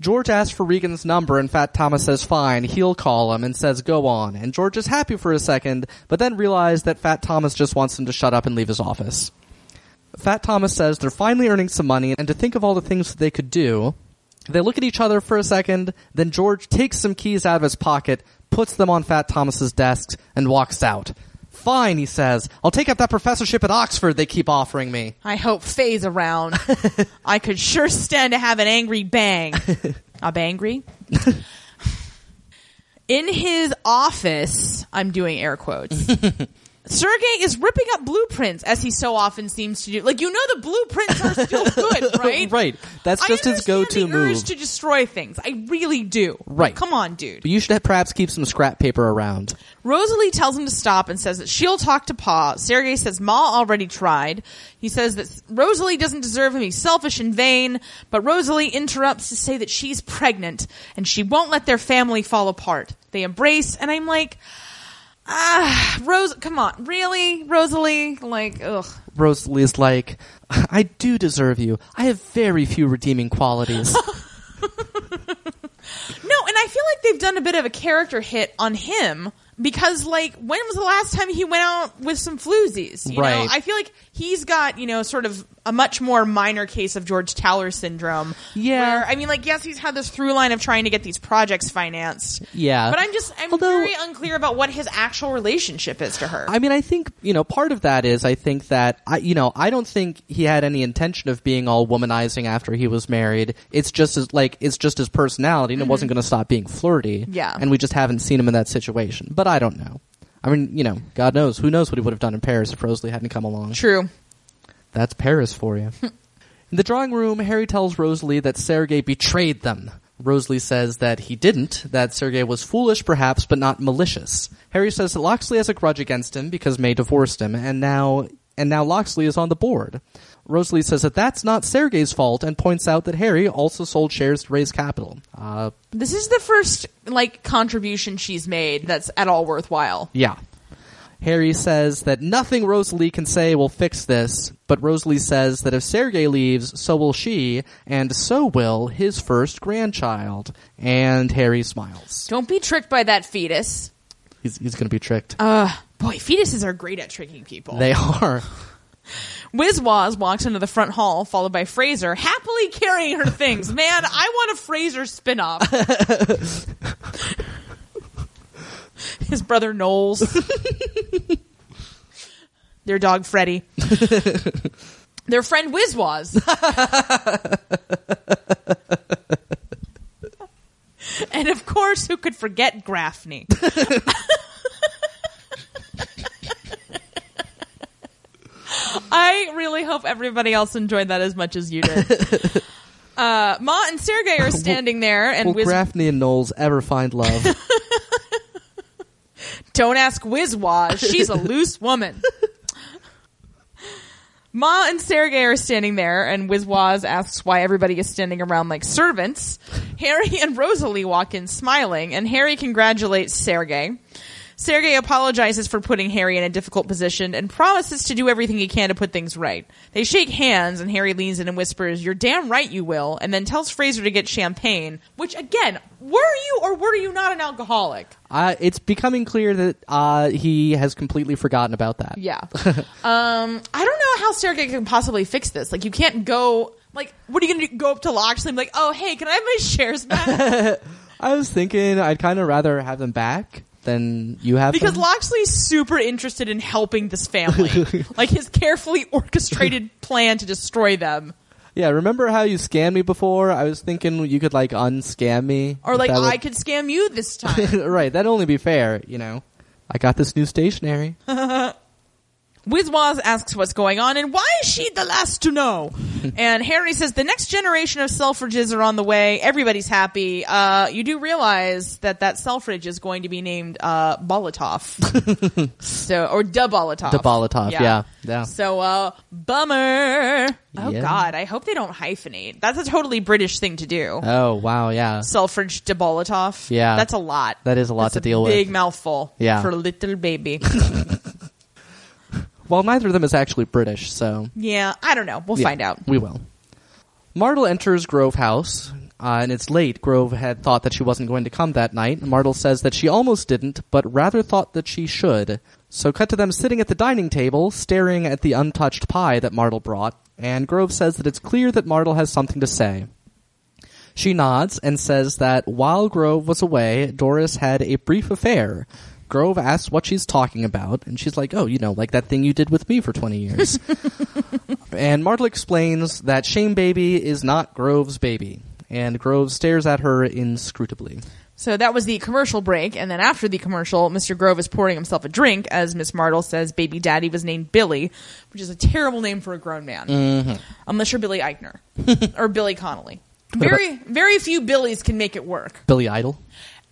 [SPEAKER 2] George asks for Regan's number, and Fat Thomas says fine, he'll call him, and says go on. And George is happy for a second, but then realizes that Fat Thomas just wants him to shut up and leave his office. Fat Thomas says they're finally earning some money, and to think of all the things that they could do, they look at each other for a second, then George takes some keys out of his pocket, puts them on Fat Thomas's desk, and walks out. Fine, he says. I'll take up that professorship at Oxford they keep offering me.
[SPEAKER 3] I hope Faye's
[SPEAKER 2] [laughs]
[SPEAKER 3] around. I could sure stand to have an angry bang. A bangry? [laughs] In his office, I'm doing air quotes.
[SPEAKER 2] [laughs]
[SPEAKER 3] Sergey is ripping up blueprints as he so often seems to do. Like you know, the blueprints are
[SPEAKER 2] [laughs]
[SPEAKER 3] still good, right?
[SPEAKER 2] Right. That's
[SPEAKER 3] I
[SPEAKER 2] just his
[SPEAKER 3] understand
[SPEAKER 2] go-to
[SPEAKER 3] the urge
[SPEAKER 2] move.
[SPEAKER 3] to destroy things. I really do.
[SPEAKER 2] Right.
[SPEAKER 3] Come on, dude.
[SPEAKER 2] But you should perhaps keep some scrap paper around.
[SPEAKER 3] Rosalie tells him to stop and says that she'll talk to Pa. Sergey says Ma already tried. He says that Rosalie doesn't deserve him. He's selfish and vain. But Rosalie interrupts to say that she's pregnant and she won't let their family fall apart. They embrace, and I'm like, ah, Rose, come on, really, Rosalie? Like, ugh.
[SPEAKER 2] Rosalie is like, I do deserve you. I have very few
[SPEAKER 3] [laughs]
[SPEAKER 2] redeeming qualities.
[SPEAKER 3] No, and I feel like they've done a bit of a character hit on him because, like, when was the last time he went out with some floozies? You
[SPEAKER 2] Right.
[SPEAKER 3] know, I feel like he's got you know sort of a much more minor case of George Towler syndrome.
[SPEAKER 2] Yeah.
[SPEAKER 3] where, I mean, like, yes, he's had this through line of trying to get these projects financed.
[SPEAKER 2] Yeah.
[SPEAKER 3] but I'm just I'm
[SPEAKER 2] Although-
[SPEAKER 3] very unclear about what his actual relationship is to her.
[SPEAKER 2] I mean, I think you know part of that is I think that I you know I don't think he had any intention of being all womanizing after he was married. It's just as like it's just his personality, and it wasn't going to stop being flirty.
[SPEAKER 3] Yeah.
[SPEAKER 2] and we just haven't seen him in that situation. But I don't know. I mean, you know, God knows who knows what he would have done in Paris if Rosalie hadn't come along.
[SPEAKER 3] True.
[SPEAKER 2] That's Paris for you. In the drawing room, Harry tells Rosalie that Sergei betrayed them. Rosalie says that he didn't, that Sergei was foolish perhaps, but not malicious. Harry says that Loxley has a grudge against him because May divorced him, and now and now Loxley is on the board. Rosalie says that that's not Sergei's fault and points out that Harry also sold shares to raise capital. Uh,
[SPEAKER 3] This is the first like contribution she's made that's at all worthwhile.
[SPEAKER 2] yeah. Harry says that nothing Rosalie can say will fix this, but Rosalie says that if Sergei leaves, so will she, and so will his first grandchild. And Harry smiles.
[SPEAKER 3] Don't be tricked by that fetus.
[SPEAKER 2] He's, he's going to be tricked.
[SPEAKER 3] Uh, Boy, fetuses are great at tricking people.
[SPEAKER 2] they are.
[SPEAKER 3] Wizwaz walks into the front hall, followed by Fraser, happily carrying her things. Man, I want a Fraser spinoff. [laughs] His brother Knowles. Their dog Freddy. Their friend Wizwaz. and of course, who could forget Graffney? I really hope everybody else enjoyed that as much as you did. Uh, Ma and Sergey are standing there, and
[SPEAKER 2] Will
[SPEAKER 3] Wiz-
[SPEAKER 2] Grafney and Knowles ever find love?
[SPEAKER 3] [laughs] Don't ask Wizwaz. She's a loose woman. Ma and Sergey are standing there, and Wizwaz asks why everybody is standing around like servants. Harry [laughs] and Rosalie walk in smiling, and Harry congratulates Sergey. Sergey apologizes for putting Harry in a difficult position and promises to do everything he can to put things right. They shake hands, and Harry leans in and whispers, You're damn right you will, and then tells Fraser to get champagne, which, again, were you or were you not an alcoholic?
[SPEAKER 2] uh, it's becoming clear that uh, he has completely forgotten about that.
[SPEAKER 3] Yeah. um, I don't know how Sergey can possibly fix this. Like, you can't go. Like, what are you gonna do? Go up to Loxley and be like, oh, hey, can I have my shares back?
[SPEAKER 2] I was thinking I'd kind of rather have them back than you have
[SPEAKER 3] Because
[SPEAKER 2] them.
[SPEAKER 3] Loxley's super interested in helping this family. like, his carefully orchestrated plan to destroy them.
[SPEAKER 2] yeah, remember how you scammed me before? I was thinking you could like unscam me,
[SPEAKER 3] Or,
[SPEAKER 2] if
[SPEAKER 3] like,
[SPEAKER 2] that would-
[SPEAKER 3] I could scam you this time.
[SPEAKER 2] [laughs] right, that'd only be fair, you know. I got this new stationery.
[SPEAKER 3] Wizwaz asks what's going on and why is she the last to
[SPEAKER 2] [laughs]
[SPEAKER 3] know? and Harry says the next generation of Selfridges are on the way. Everybody's happy. Uh, you do realize that that Selfridge is going to be named uh,
[SPEAKER 2] [laughs]
[SPEAKER 3] Bolotov, so or Da Bolotov.
[SPEAKER 2] Da Bolotov, yeah, yeah.
[SPEAKER 3] So uh, bummer. Oh
[SPEAKER 2] Yeah.
[SPEAKER 3] God, I hope they don't hyphenate. That's a totally British thing to do.
[SPEAKER 2] Oh wow, yeah,
[SPEAKER 3] Selfridge to Bolotov.
[SPEAKER 2] Yeah.
[SPEAKER 3] that's a lot.
[SPEAKER 2] that is a lot
[SPEAKER 3] That's
[SPEAKER 2] to deal
[SPEAKER 3] Big
[SPEAKER 2] with.
[SPEAKER 3] mouthful.
[SPEAKER 2] Yeah.
[SPEAKER 3] for a little baby.
[SPEAKER 2] [laughs] Well, neither of them is actually British, so
[SPEAKER 3] yeah, I don't know. We'll
[SPEAKER 2] Yeah,
[SPEAKER 3] find out.
[SPEAKER 2] We will. Martel enters Grove House, uh, and it's late. Grove had thought that she wasn't going to come that night. Martel says that she almost didn't, but rather thought that she should. So cut to them sitting at the dining table, staring at the untouched pie that Martel brought, and Grove says that it's clear that Martel has something to say. She nods and says that while Grove was away, Doris had a brief affair. Grove asks what she's talking about, and she's like, oh, you know, like that thing you did with me for 20
[SPEAKER 3] [laughs]
[SPEAKER 2] years. And Martel explains that Shame Baby is not Grove's baby. And Grove stares at her inscrutably.
[SPEAKER 3] So that was the commercial break, and then after the commercial, Mr. Grove is pouring himself a drink as Miss Martle says baby daddy was named Billy, which is a terrible name for a grown man. Unless you're Billy Eichner or Billy Connolly. Very very few Billys can make it work.
[SPEAKER 2] Billy Idol.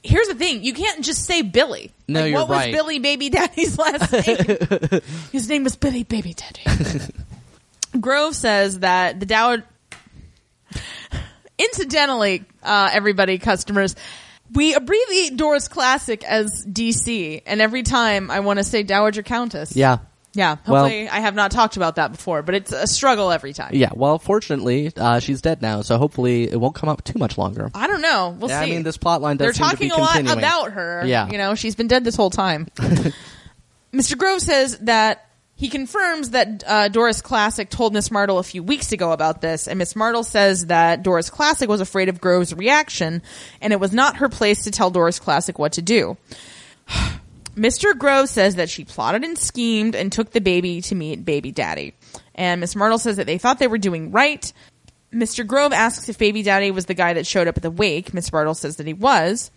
[SPEAKER 3] Here's the thing, you can't just say Billy.
[SPEAKER 2] No,
[SPEAKER 3] like,
[SPEAKER 2] you're
[SPEAKER 3] what
[SPEAKER 2] right.
[SPEAKER 3] was Billy baby daddy's [laughs] last name?
[SPEAKER 2] [laughs]
[SPEAKER 3] His name was Billy baby daddy. Grove says that the Dow incidentally, uh, everybody, customers, we abbreviate Doris Classic as DC, and every time I want to say Dowager Countess.
[SPEAKER 2] Yeah.
[SPEAKER 3] Yeah.
[SPEAKER 2] Well-
[SPEAKER 3] Hopefully, I have not talked about that before, but it's a struggle every time.
[SPEAKER 2] Yeah. Well, fortunately, uh, she's dead now, so hopefully it won't come up too much longer.
[SPEAKER 3] I don't know. We'll
[SPEAKER 2] yeah,
[SPEAKER 3] see.
[SPEAKER 2] I mean, this plot line does
[SPEAKER 3] They're
[SPEAKER 2] seem
[SPEAKER 3] talking
[SPEAKER 2] to
[SPEAKER 3] a
[SPEAKER 2] be
[SPEAKER 3] lot
[SPEAKER 2] continuing.
[SPEAKER 3] about her.
[SPEAKER 2] Yeah.
[SPEAKER 3] You know, she's been dead this whole
[SPEAKER 2] [laughs]
[SPEAKER 3] time. Mr. Grove says that he confirms that uh, Doris Classic told Miss Martle a few weeks ago about this, and Miss Martle says that Doris Classic was afraid of Grove's reaction, and it was not her place to tell Doris Classic what to do. [sighs] Mr. Grove says that she plotted and schemed and took the baby to meet baby daddy. And Miss Martle says that they thought they were doing right. Mr. Grove asks if baby daddy was the guy that showed up at the wake. Miss Martle says that he was.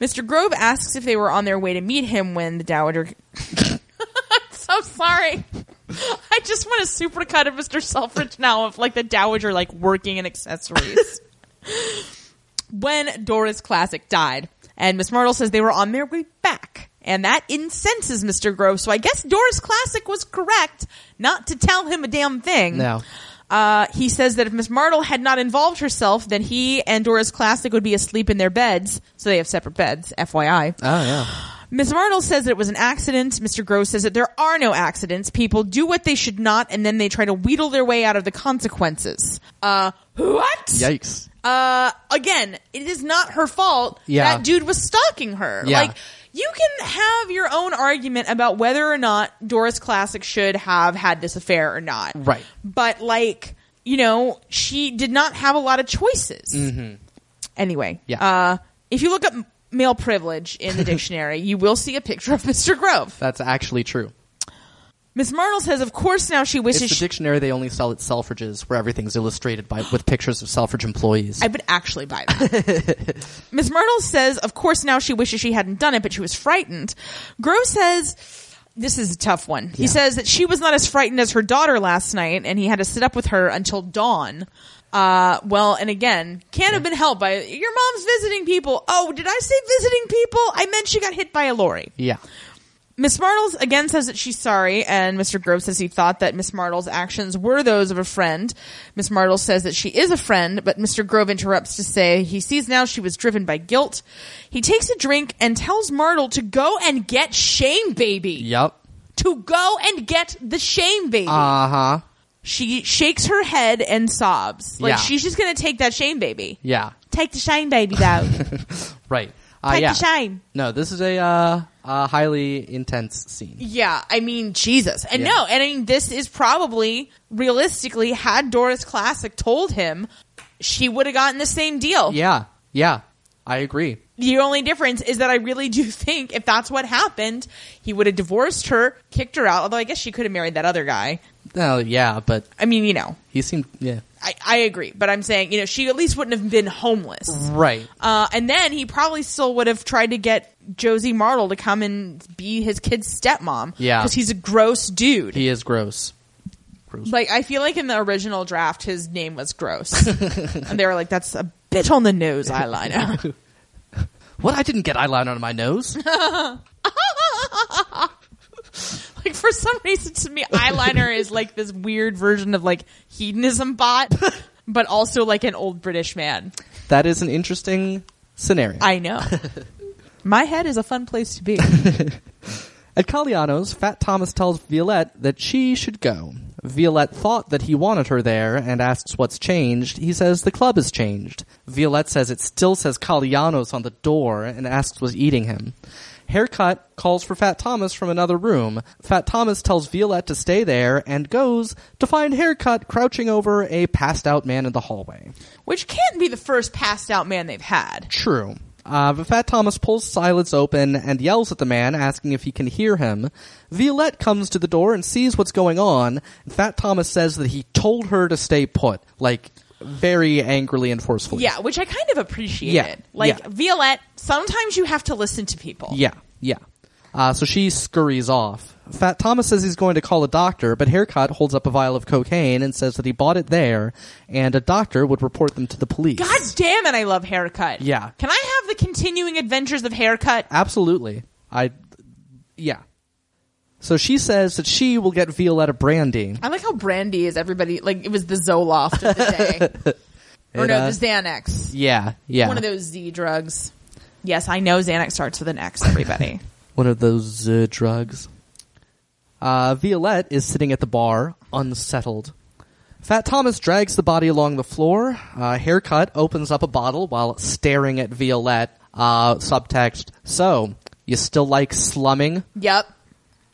[SPEAKER 3] Mr. Grove [laughs] asks if they were on their way to meet him when the dowager. I'm so sorry. I just want a supercut of Mr. Selfridge now of like the dowager like working in accessories. when Dora's Classic died, and Miss Martle says they were on their way back, and that incenses Mr. Grove. So I guess Dora's Classic was correct not to tell him a damn thing.
[SPEAKER 2] No.
[SPEAKER 3] Uh, he says that if Miss Martle had not involved herself, then he and Dora's Classic would be asleep in their beds. So they have separate beds, FYI.
[SPEAKER 2] Oh yeah.
[SPEAKER 3] Ms. Marnell says that it was an accident. Mr. Gross says that there are no accidents. People do what they should not, and then they try to wheedle their way out of the consequences. Uh, what?
[SPEAKER 2] Yikes.
[SPEAKER 3] Uh, again, it is not her fault.
[SPEAKER 2] Yeah.
[SPEAKER 3] That dude was stalking her.
[SPEAKER 2] Yeah.
[SPEAKER 3] Like, you can have your own argument about whether or not Doris Classic should have had this affair or not.
[SPEAKER 2] Right.
[SPEAKER 3] But, like, you know, she did not have a lot of choices. Anyway,
[SPEAKER 2] Mm-hmm. Yeah.
[SPEAKER 3] uh, if you look up m- male privilege
[SPEAKER 2] [laughs]
[SPEAKER 3] in the dictionary, you will see a picture of Mr. Grove.
[SPEAKER 2] That's actually true.
[SPEAKER 3] Miss Marnell says, of course, now she
[SPEAKER 2] It's
[SPEAKER 3] wishes
[SPEAKER 2] the
[SPEAKER 3] she.
[SPEAKER 2] dictionary they only sell at Selfridges, where everything's illustrated by with pictures of Selfridge employees.
[SPEAKER 3] I would actually buy that. [laughs] Miss Marnell says, of course, now she wishes she hadn't done it, but she was frightened. Grove says, this is a tough one. He
[SPEAKER 2] Yeah.
[SPEAKER 3] says that she was not as frightened as her daughter last night, and he had to sit up with her until dawn. Uh, well, and again, can't have been helped by your mom's visiting people. Oh, did I say visiting people? I meant she got hit by a lorry.
[SPEAKER 2] yeah.
[SPEAKER 3] Miss Martles again says that she's sorry, and Mr. Grove says he thought that Miss Martle's actions were those of a friend. Miss Martle says that she is a friend, but Mr. Grove interrupts to say he sees now she was driven by guilt. He takes a drink and tells Martle to go and get Shame Baby.
[SPEAKER 2] Yep.
[SPEAKER 3] To go and get the Shame Baby.
[SPEAKER 2] Uh huh.
[SPEAKER 3] she shakes her head and sobs. Like
[SPEAKER 2] Yeah.
[SPEAKER 3] she's just gonna take that Shame Baby.
[SPEAKER 2] Yeah.
[SPEAKER 3] Take the Shame Baby [laughs] though.
[SPEAKER 2] Right. Uh,
[SPEAKER 3] Take
[SPEAKER 2] yeah.
[SPEAKER 3] the shame.
[SPEAKER 2] No, this is a uh, uh, highly intense scene.
[SPEAKER 3] Yeah, I mean Jesus, and
[SPEAKER 2] Yeah.
[SPEAKER 3] no, and I mean this is probably realistically had Doris Classic told him, she would have gotten the same deal.
[SPEAKER 2] Yeah. Yeah. I agree.
[SPEAKER 3] The only difference is that I really do [laughs] think if that's what happened, he would have divorced her, kicked her out. Although I guess she could have married that other guy.
[SPEAKER 2] No, yeah, but
[SPEAKER 3] I mean, you know,
[SPEAKER 2] he seemed yeah.
[SPEAKER 3] I, I agree, but I'm saying you know she at least wouldn't have been homeless.
[SPEAKER 2] Right.
[SPEAKER 3] Uh, and then he probably still would have tried to get Josie Martle to come and be his kid's stepmom.
[SPEAKER 2] Yeah.
[SPEAKER 3] because he's a gross dude.
[SPEAKER 2] He is gross. Gross.
[SPEAKER 3] Like I feel like in the original draft, his name was
[SPEAKER 2] [laughs]
[SPEAKER 3] Gross, and they were like, "That's a bit on the nose
[SPEAKER 2] [laughs]
[SPEAKER 3] eyeliner."
[SPEAKER 2] what? I didn't get eyeliner on my nose.
[SPEAKER 3] like for some reason, to me, eyeliner is like this weird version of like hedonism bot, but also like an old British man.
[SPEAKER 2] that is an interesting scenario.
[SPEAKER 3] I
[SPEAKER 2] [laughs]
[SPEAKER 3] know. My head is a fun place to be.
[SPEAKER 2] At Caliano's, Fat Thomas tells Violette that she should go. Violette thought that he wanted her there and asks what's changed. He says the club has changed. Violette says it still says Caliano's on the door and asks what's eating him. Haircut calls for Fat Thomas from another room. Fat Thomas tells Violette to stay there and goes to find Haircut crouching over a passed out man in the hallway.
[SPEAKER 3] Which can't be the first passed out man they've had.
[SPEAKER 2] True. Uh, but Fat Thomas pulls silence open and yells at the man, asking if he can hear him. Violette comes to the door and sees what's going on. And Fat Thomas says that he told her to stay put, like very angrily and forcefully.
[SPEAKER 3] Yeah, which I kind of appreciated.
[SPEAKER 2] Yeah,
[SPEAKER 3] Like
[SPEAKER 2] yeah.
[SPEAKER 3] Violette, sometimes you have to listen to people.
[SPEAKER 2] Yeah, yeah. Uh, so she scurries off. Fat Thomas says he's going to call a doctor, but Haircut holds up a vial of cocaine and says that he bought it there, and a doctor would report them to the police.
[SPEAKER 3] God damn it, I love haircut.
[SPEAKER 2] Yeah.
[SPEAKER 3] Can I have the continuing adventures of haircut?
[SPEAKER 2] Absolutely. I, yeah. So she says that she will get Violetta brandy.
[SPEAKER 3] I like how brandy is everybody like it was the Zoloft of the day. or
[SPEAKER 2] It,
[SPEAKER 3] no,
[SPEAKER 2] uh,
[SPEAKER 3] the Xanax.
[SPEAKER 2] Yeah, yeah.
[SPEAKER 3] One of those Z drugs. Yes, I know Xanax starts with an X, everybody.
[SPEAKER 2] One of those uh, drugs. Uh, Violette is sitting at the bar, unsettled. Fat Thomas drags the body along the floor. Uh, haircut opens up a bottle while staring at Violette. Uh, subtext. So, you still like slumming?
[SPEAKER 3] [laughs] yep.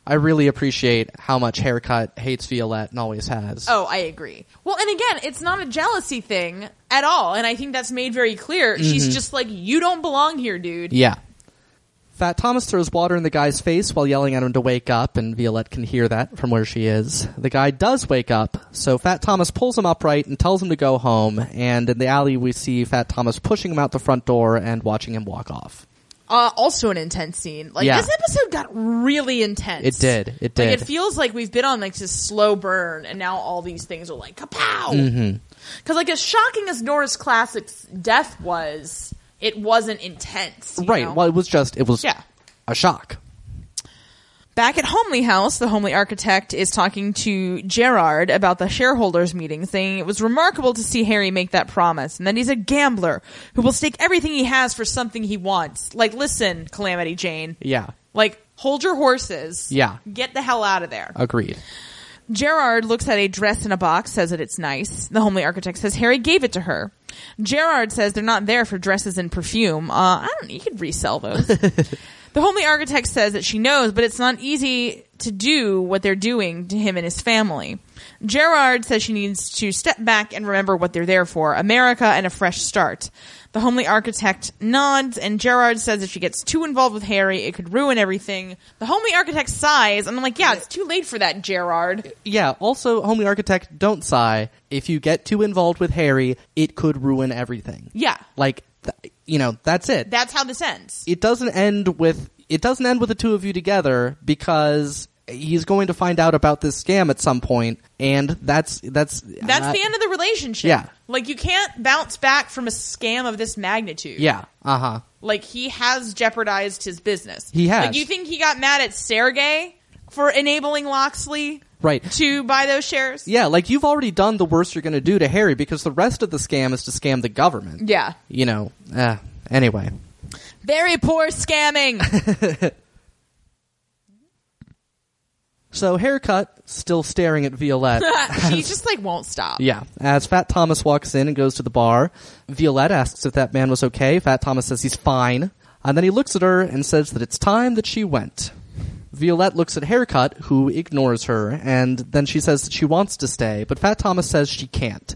[SPEAKER 2] I really appreciate how much haircut hates Violette and always has.
[SPEAKER 3] Oh, I agree. Well, and again, it's not a jealousy thing at all, and I think that's made very clear. She's just like, you don't belong here, dude.
[SPEAKER 2] Yeah. Fat Thomas throws water in the guy's face while yelling at him to wake up, and Violette can hear that from where she is. The guy does wake up, so Fat Thomas pulls him upright and tells him to go home, and in the alley we see Fat Thomas pushing him out the front door and watching him walk off.
[SPEAKER 3] Uh, also an intense scene. Like
[SPEAKER 2] Yeah.
[SPEAKER 3] this episode got really intense.
[SPEAKER 2] It did. It
[SPEAKER 3] Like,
[SPEAKER 2] did.
[SPEAKER 3] it feels like we've been on like this slow burn, and now all these things are like kapow. Because
[SPEAKER 2] Mm-hmm.
[SPEAKER 3] like as shocking as Norris Classic's death was, it wasn't intense. you
[SPEAKER 2] right.
[SPEAKER 3] know?
[SPEAKER 2] Well, it was just it was
[SPEAKER 3] Yeah.
[SPEAKER 2] a shock.
[SPEAKER 3] Back at Homely House, the Homely architect is talking to Gerard about the shareholders meeting, saying it was remarkable to see Harry make that promise and that he's a gambler who will stake everything he has for something he wants. Like, listen, Calamity Jane.
[SPEAKER 2] Yeah.
[SPEAKER 3] Like, hold your horses.
[SPEAKER 2] Yeah.
[SPEAKER 3] Get the hell out of there.
[SPEAKER 2] Agreed.
[SPEAKER 3] Gerard looks at a dress in a box, says that it's nice. The homely architect says Harry gave it to her. Gerard says they're not there for dresses and perfume. Uh, I don't. You could resell those. the homely architect says that she knows, but it's not easy to do what they're doing to him and his family. Gerard says she needs to step back and remember what they're there for: America and a fresh start. The homely architect nods, and Gerard says if she gets too involved with Harry, it could ruin everything. The homely architect sighs, and I'm like, "Yeah, it's too late for that, Gerard."
[SPEAKER 2] Yeah. Also, homely architect, don't sigh. If you get too involved with Harry, it could ruin everything.
[SPEAKER 3] Yeah.
[SPEAKER 2] Like, th- you know, that's it.
[SPEAKER 3] That's how this ends.
[SPEAKER 2] it doesn't end with it doesn't end with the two of you together because he's going to find out about this scam at some point, and that's that's
[SPEAKER 3] That's
[SPEAKER 2] uh,
[SPEAKER 3] the end of the relationship.
[SPEAKER 2] yeah.
[SPEAKER 3] Like you can't bounce back from a scam of this magnitude.
[SPEAKER 2] Yeah. Uh huh.
[SPEAKER 3] Like he has jeopardized his business.
[SPEAKER 2] He has.
[SPEAKER 3] Like you think he got mad at Sergey for enabling Loxley
[SPEAKER 2] Right.
[SPEAKER 3] to buy those shares?
[SPEAKER 2] Yeah, like you've already done the worst you're going to do to Harry because the rest of the scam is to scam the government.
[SPEAKER 3] Yeah.
[SPEAKER 2] You know. Uh, anyway.
[SPEAKER 3] Very poor [laughs] scamming.
[SPEAKER 2] So haircut still staring
[SPEAKER 3] [laughs]
[SPEAKER 2] at Violette. [laughs]
[SPEAKER 3] she just like won't stop.
[SPEAKER 2] yeah. As Fat Thomas walks in and goes to the bar, Violette asks if that man was okay. Fat Thomas says he's fine. And then he looks at her and says that it's time that she went. Violette looks at Haircut, who ignores her, and then she says that she wants to stay, but Fat Thomas says she can't.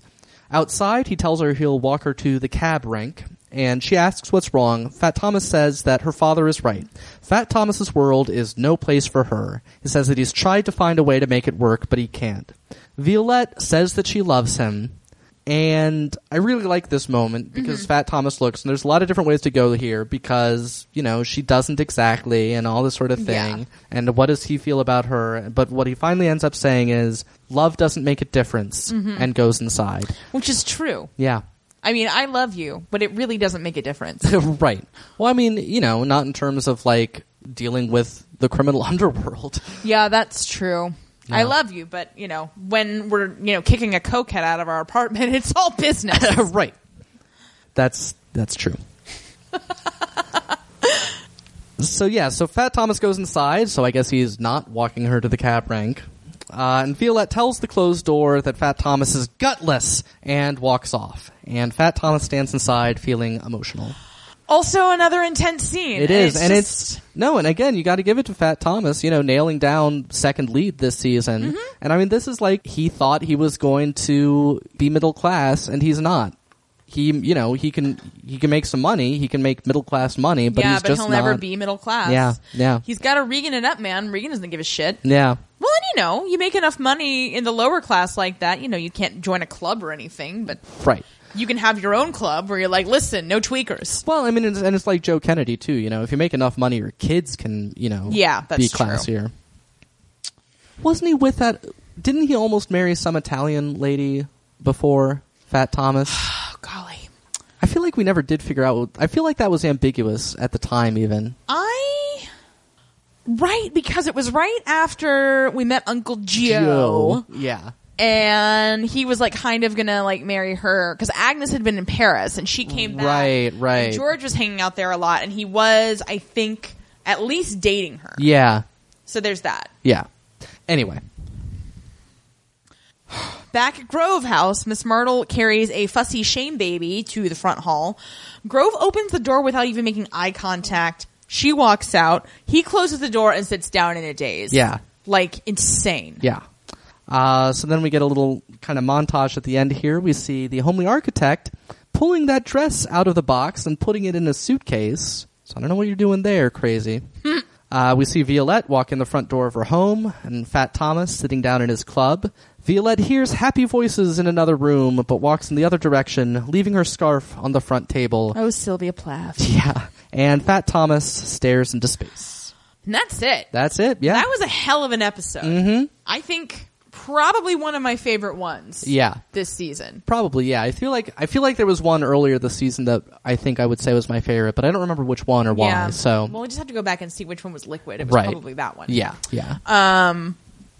[SPEAKER 2] Outside, he tells her he'll walk her to the cab rank, and she asks what's wrong. Fat Thomas says that her father is right. Fat Thomas's world is no place for her. He says that he's tried to find a way to make it work, but he can't. Violette says that she loves him, and I really like this moment because Fat Thomas looks, and there's a lot of different ways to go here because, you know, she doesn't exactly and all this sort of thing.
[SPEAKER 3] Yeah.
[SPEAKER 2] And what does he feel about her? But what he finally ends up saying is, love doesn't make a difference, and goes inside.
[SPEAKER 3] Which is true.
[SPEAKER 2] Yeah. [laughs]
[SPEAKER 3] I mean, I love you, but it really doesn't make a difference.
[SPEAKER 2] right. Well, I mean, you know, not in terms of like dealing with the criminal [laughs] underworld.
[SPEAKER 3] Yeah, that's true. I love you, but you know, when we're you know kicking a cokehead out of our apartment, [laughs] it's all business.
[SPEAKER 2] [laughs] right. That's that's true. [laughs] so yeah, so Fat Thomas goes inside, so I guess he's not walking her to the cab rank. Uh, and Violette tells the closed door that Fat Thomas is gutless and walks off. And Fat Thomas stands inside feeling emotional.
[SPEAKER 3] also, another intense scene.
[SPEAKER 2] It is, and
[SPEAKER 3] just-
[SPEAKER 2] it's no, and again, you got to give it to Fat Thomas. You know, nailing down second lead this season,
[SPEAKER 3] Mm-hmm.
[SPEAKER 2] and I mean, this is like he thought he was going to be middle class, and he's not. He, you know, he can he can make some money. He can make middle class money, but
[SPEAKER 3] yeah,
[SPEAKER 2] he's
[SPEAKER 3] but
[SPEAKER 2] just
[SPEAKER 3] he'll
[SPEAKER 2] not.
[SPEAKER 3] never be middle class.
[SPEAKER 2] Yeah, yeah.
[SPEAKER 3] He's got to Regan it up, man. Regan doesn't give a shit.
[SPEAKER 2] yeah,
[SPEAKER 3] Well, and you know, you make enough money in the lower class like that. You know, you can't join a club or anything, but
[SPEAKER 2] right.
[SPEAKER 3] you can have your own club where you're like, listen, no tweakers.
[SPEAKER 2] Well, I mean, it's, and it's like Joe Kennedy too. You know, if you make enough money, your kids can, you know,
[SPEAKER 3] Yeah,
[SPEAKER 2] be
[SPEAKER 3] that's true.
[SPEAKER 2] classier. Wasn't he with that? Didn't he almost marry some Italian lady before Fat Thomas?
[SPEAKER 3] Oh golly,
[SPEAKER 2] I feel like we never did figure out. I feel like that was ambiguous at the time, even.
[SPEAKER 3] I. Right, because it was right after we met Uncle Joe.
[SPEAKER 2] Yeah.
[SPEAKER 3] and he was like kind of gonna like marry her because Agnes had been in Paris and she came back.
[SPEAKER 2] Right,
[SPEAKER 3] And
[SPEAKER 2] right.
[SPEAKER 3] George was hanging out there a lot, and he was, I think, at least dating her.
[SPEAKER 2] Yeah.
[SPEAKER 3] So there's that.
[SPEAKER 2] Yeah. Anyway.
[SPEAKER 3] Back at Grove House, Miss Myrtle carries a fussy shame baby to the front hall. Grove opens the door without even making eye contact. She walks out. He closes the door and sits down in a daze.
[SPEAKER 2] Yeah.
[SPEAKER 3] Like insane.
[SPEAKER 2] Yeah. Uh, so then we get a little kind of montage at the end here. We see the homely architect pulling that dress out of the box and putting it in a suitcase. So I don't know what you're doing there, crazy. Uh, we see Violette walk in the front door of her home, and Fat Thomas sitting down in his club. Violette hears happy voices in another room, but walks in the other direction, leaving her scarf on the front table.
[SPEAKER 1] Oh, Sylvia Plath.
[SPEAKER 2] Yeah. And Fat Thomas stares into space.
[SPEAKER 3] And that's it.
[SPEAKER 2] That's it. Yeah.
[SPEAKER 3] That was a hell of an episode.
[SPEAKER 2] Mm-hmm.
[SPEAKER 3] I think probably one of my favorite ones
[SPEAKER 2] yeah.
[SPEAKER 3] this season.
[SPEAKER 2] Probably, yeah. I feel like I feel like there was one earlier this season that I think I would say was my favorite, but I don't remember which one or why.
[SPEAKER 3] Yeah.
[SPEAKER 2] So
[SPEAKER 3] Well, we just have to go back and see which one was liquid. It was
[SPEAKER 2] Right.
[SPEAKER 3] probably that one.
[SPEAKER 2] yeah, yeah.
[SPEAKER 3] Uh,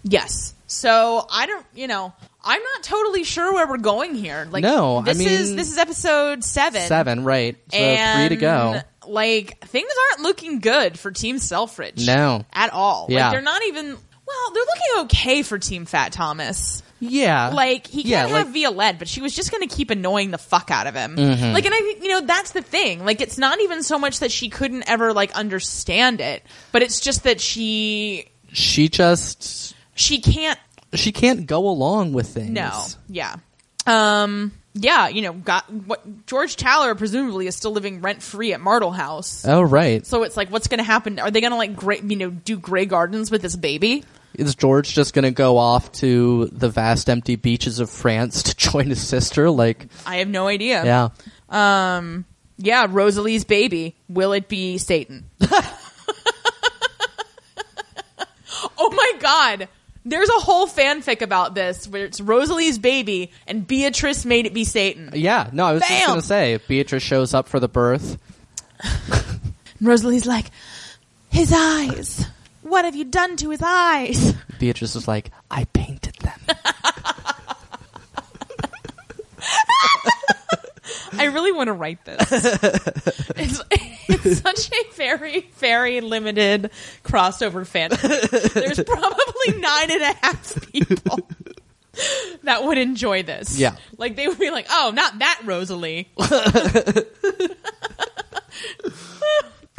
[SPEAKER 3] Yes. So I don't, you know, I'm not totally sure where we're going here. Like,
[SPEAKER 2] No, I
[SPEAKER 3] this is
[SPEAKER 2] mean-
[SPEAKER 3] this is episode seven.
[SPEAKER 2] Seven, right? So
[SPEAKER 3] and
[SPEAKER 2] three to go.
[SPEAKER 3] Like things aren't looking good for Team Selfridge.
[SPEAKER 2] No.
[SPEAKER 3] at all.
[SPEAKER 2] Yeah.
[SPEAKER 3] like, they're not even. Well, they're looking okay for Team Fat Thomas.
[SPEAKER 2] Yeah.
[SPEAKER 3] Like he
[SPEAKER 2] yeah,
[SPEAKER 3] can't
[SPEAKER 2] like, Mm-hmm.
[SPEAKER 3] have Violette, but she was just going to keep annoying the fuck out of him. Like, and I think you know that's the thing. Like, it's not even so much that she couldn't ever like understand it, but it's just that she
[SPEAKER 2] she just
[SPEAKER 3] she can't
[SPEAKER 2] she can't go along with things.
[SPEAKER 3] No. Yeah. Um. Yeah. You know, got what George Taller presumably is still living rent free at Martle House.
[SPEAKER 2] Oh right.
[SPEAKER 3] so it's like, what's going to happen? Are they going to like, gra- you know, do Grey Gardens with this baby?
[SPEAKER 2] Is George just gonna go off to the vast empty beaches of France to [laughs] join his sister? Like
[SPEAKER 3] I have no idea.
[SPEAKER 2] Yeah.
[SPEAKER 3] Yeah. Rosalie's baby. Will it be Satan? [laughs] oh my God. There's a whole fanfic about this where it's Rosalie's baby and Beatrice made it be Satan.
[SPEAKER 2] Yeah. No, I was just
[SPEAKER 3] Bam!
[SPEAKER 2] gonna say Beatrice shows up for the birth.
[SPEAKER 3] And Rosalie's like, his eyes. What have you done to his eyes?
[SPEAKER 2] Beatrice is like, I painted them.
[SPEAKER 3] I really want to write this. it's, it's such a very, very limited crossover fan. There's probably nine and a half people that would enjoy this.
[SPEAKER 2] Yeah.
[SPEAKER 3] Like they would be like, oh, not that Rosalie. [laughs]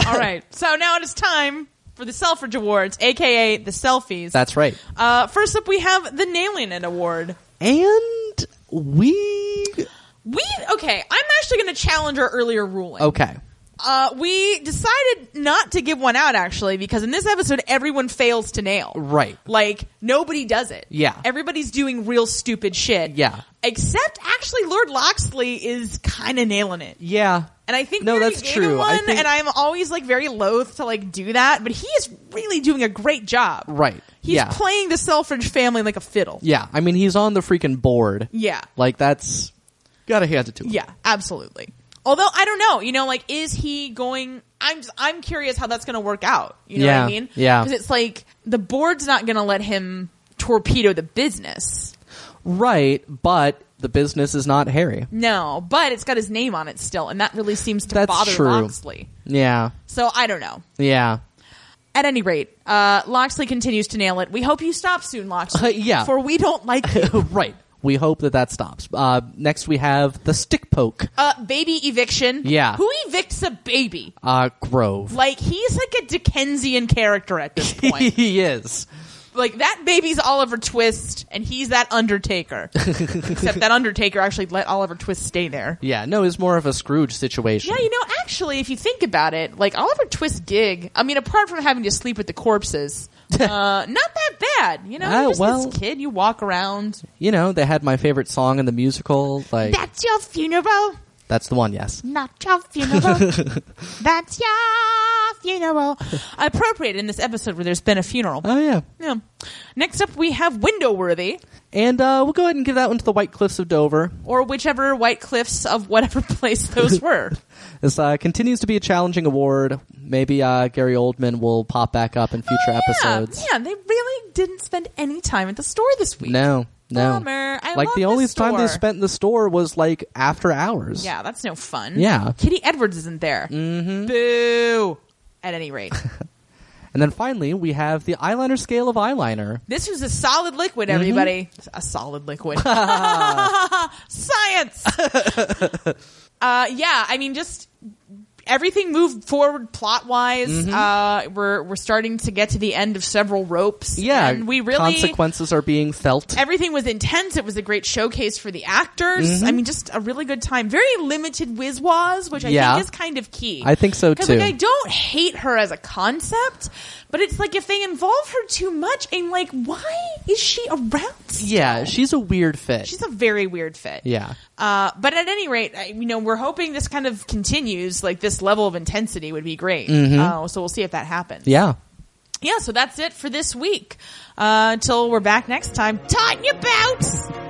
[SPEAKER 3] All right. So now it is time for the Selfridge Awards, aka the selfies.
[SPEAKER 2] [laughs] That's right.
[SPEAKER 3] uh, first up, we have the Nailing It Award.
[SPEAKER 2] And we
[SPEAKER 3] We okay. I'm actually going to challenge our earlier ruling.
[SPEAKER 2] okay.
[SPEAKER 3] Uh, we decided not to give one out actually because in this episode everyone fails to nail.
[SPEAKER 2] Right.
[SPEAKER 3] Like nobody does it.
[SPEAKER 2] Yeah.
[SPEAKER 3] Everybody's doing real stupid shit.
[SPEAKER 2] Yeah.
[SPEAKER 3] Except actually Lord Loxley is kind of nailing it.
[SPEAKER 2] Yeah.
[SPEAKER 3] And I think
[SPEAKER 2] No,
[SPEAKER 3] we already
[SPEAKER 2] that's
[SPEAKER 3] gave
[SPEAKER 2] true.
[SPEAKER 3] him
[SPEAKER 2] I
[SPEAKER 3] one,
[SPEAKER 2] think-
[SPEAKER 3] and I'm always like very loath to like do that, but he is really doing a great job.
[SPEAKER 2] Right.
[SPEAKER 3] He's
[SPEAKER 2] yeah.
[SPEAKER 3] playing the Selfridge family like a fiddle.
[SPEAKER 2] yeah. I mean, he's on the freaking board.
[SPEAKER 3] Yeah.
[SPEAKER 2] Like that's got to hand it to him.
[SPEAKER 3] Yeah, absolutely. Although I don't know, you know, like is he going? I'm just, I'm curious how that's going to work out. You know what
[SPEAKER 2] Yeah,
[SPEAKER 3] I mean?
[SPEAKER 2] yeah.
[SPEAKER 3] Because it's like the board's not going to let him torpedo the business.
[SPEAKER 2] Right, but the business is not Harry.
[SPEAKER 3] No, but it's got his name on it still, and that really seems to
[SPEAKER 2] That's
[SPEAKER 3] bother
[SPEAKER 2] true.
[SPEAKER 3] Loxley.
[SPEAKER 2] Yeah.
[SPEAKER 3] So I don't know.
[SPEAKER 2] Yeah.
[SPEAKER 3] At any rate, uh, Loxley continues to nail it. We hope you stop soon, Loxley.
[SPEAKER 2] Uh, yeah.
[SPEAKER 3] For we don't like you.
[SPEAKER 2] [laughs] right. We hope that that stops. Uh, next we have the stick poke.
[SPEAKER 3] uh, baby eviction.
[SPEAKER 2] Yeah.
[SPEAKER 3] Who evicts a baby?
[SPEAKER 2] Uh, Grove.
[SPEAKER 3] Like he's like a Dickensian character at this
[SPEAKER 2] [laughs]
[SPEAKER 3] point.
[SPEAKER 2] he is.
[SPEAKER 3] like that baby's Oliver Twist, and he's
[SPEAKER 4] [laughs]
[SPEAKER 3] that Undertaker. Except that Undertaker actually let Oliver Twist stay there.
[SPEAKER 2] Yeah. No, it's more of a Scrooge situation.
[SPEAKER 3] Yeah, you know, actually, if you think about it, like Oliver Twist gig. I mean, apart from having to sleep with
[SPEAKER 4] [laughs]
[SPEAKER 3] the corpses, uh, not that bad. You know,
[SPEAKER 2] Ah,
[SPEAKER 3] you're just
[SPEAKER 2] well.
[SPEAKER 3] this kid. You walk around.
[SPEAKER 2] You know, they had my favorite song in the musical. Like
[SPEAKER 4] That's your funeral,
[SPEAKER 2] that's the one. Yes.
[SPEAKER 4] not your funeral. [laughs] That's your funeral.
[SPEAKER 3] Appropriate in this episode where there's been a funeral.
[SPEAKER 4] Ah.
[SPEAKER 2] Oh yeah.
[SPEAKER 3] Yeah. Next up, we have Window Worthy,
[SPEAKER 2] And uh, we'll go ahead and give that one to the White Cliffs of Dover.
[SPEAKER 3] or whichever White Cliffs of whatever [laughs] place those were.
[SPEAKER 2] This uh, continues to be a challenging award. Maybe uh, Gary Oldman will pop back up in future [laughs] episodes.
[SPEAKER 3] Yeah, man, they really didn't spend any time at the store this week.
[SPEAKER 2] No, no.
[SPEAKER 3] Bummer. I
[SPEAKER 2] like
[SPEAKER 3] love
[SPEAKER 2] the
[SPEAKER 3] the
[SPEAKER 2] only time they
[SPEAKER 3] store.
[SPEAKER 2] spent in the store was like after hours.
[SPEAKER 3] Yeah, that's no fun.
[SPEAKER 2] Yeah.
[SPEAKER 3] Kitty Edwards isn't there. Mm-hmm. Boo. At any
[SPEAKER 2] [laughs]
[SPEAKER 3] rate,
[SPEAKER 2] And then finally, we have the eyeliner scale of eyeliner.
[SPEAKER 3] this was a solid liquid, everybody.
[SPEAKER 2] Mm-hmm.
[SPEAKER 3] A solid
[SPEAKER 2] [laughs]
[SPEAKER 3] liquid. [laughs] Science. uh, yeah, I mean, just everything moved forward plot wise.
[SPEAKER 2] Mm-hmm.
[SPEAKER 3] Uh, we're we're starting to get to the end of several ropes.
[SPEAKER 2] yeah,
[SPEAKER 3] and we really
[SPEAKER 2] consequences are being felt.
[SPEAKER 3] everything was intense. It was a great showcase for the actors.
[SPEAKER 2] Mm-hmm.
[SPEAKER 3] I mean, just a really good time. Very limited whiz was, which I
[SPEAKER 2] Yeah.
[SPEAKER 3] think is kind of key.
[SPEAKER 2] I think so,
[SPEAKER 3] Because
[SPEAKER 2] too.
[SPEAKER 3] like I don't hate her as a concept, but it's like if they involve her too much, I'm like, why is she around?
[SPEAKER 2] yeah, she's a weird fit.
[SPEAKER 3] She's a very weird fit.
[SPEAKER 2] yeah,
[SPEAKER 3] Uh, but at any rate, I, you know, we're hoping this kind of continues. Like this level of intensity would be great. Uh, so we'll see if that happens.
[SPEAKER 2] Mm-hmm. yeah.
[SPEAKER 3] Yeah. So that's it for this week. Uh, until we're back next time. Tighten your belts.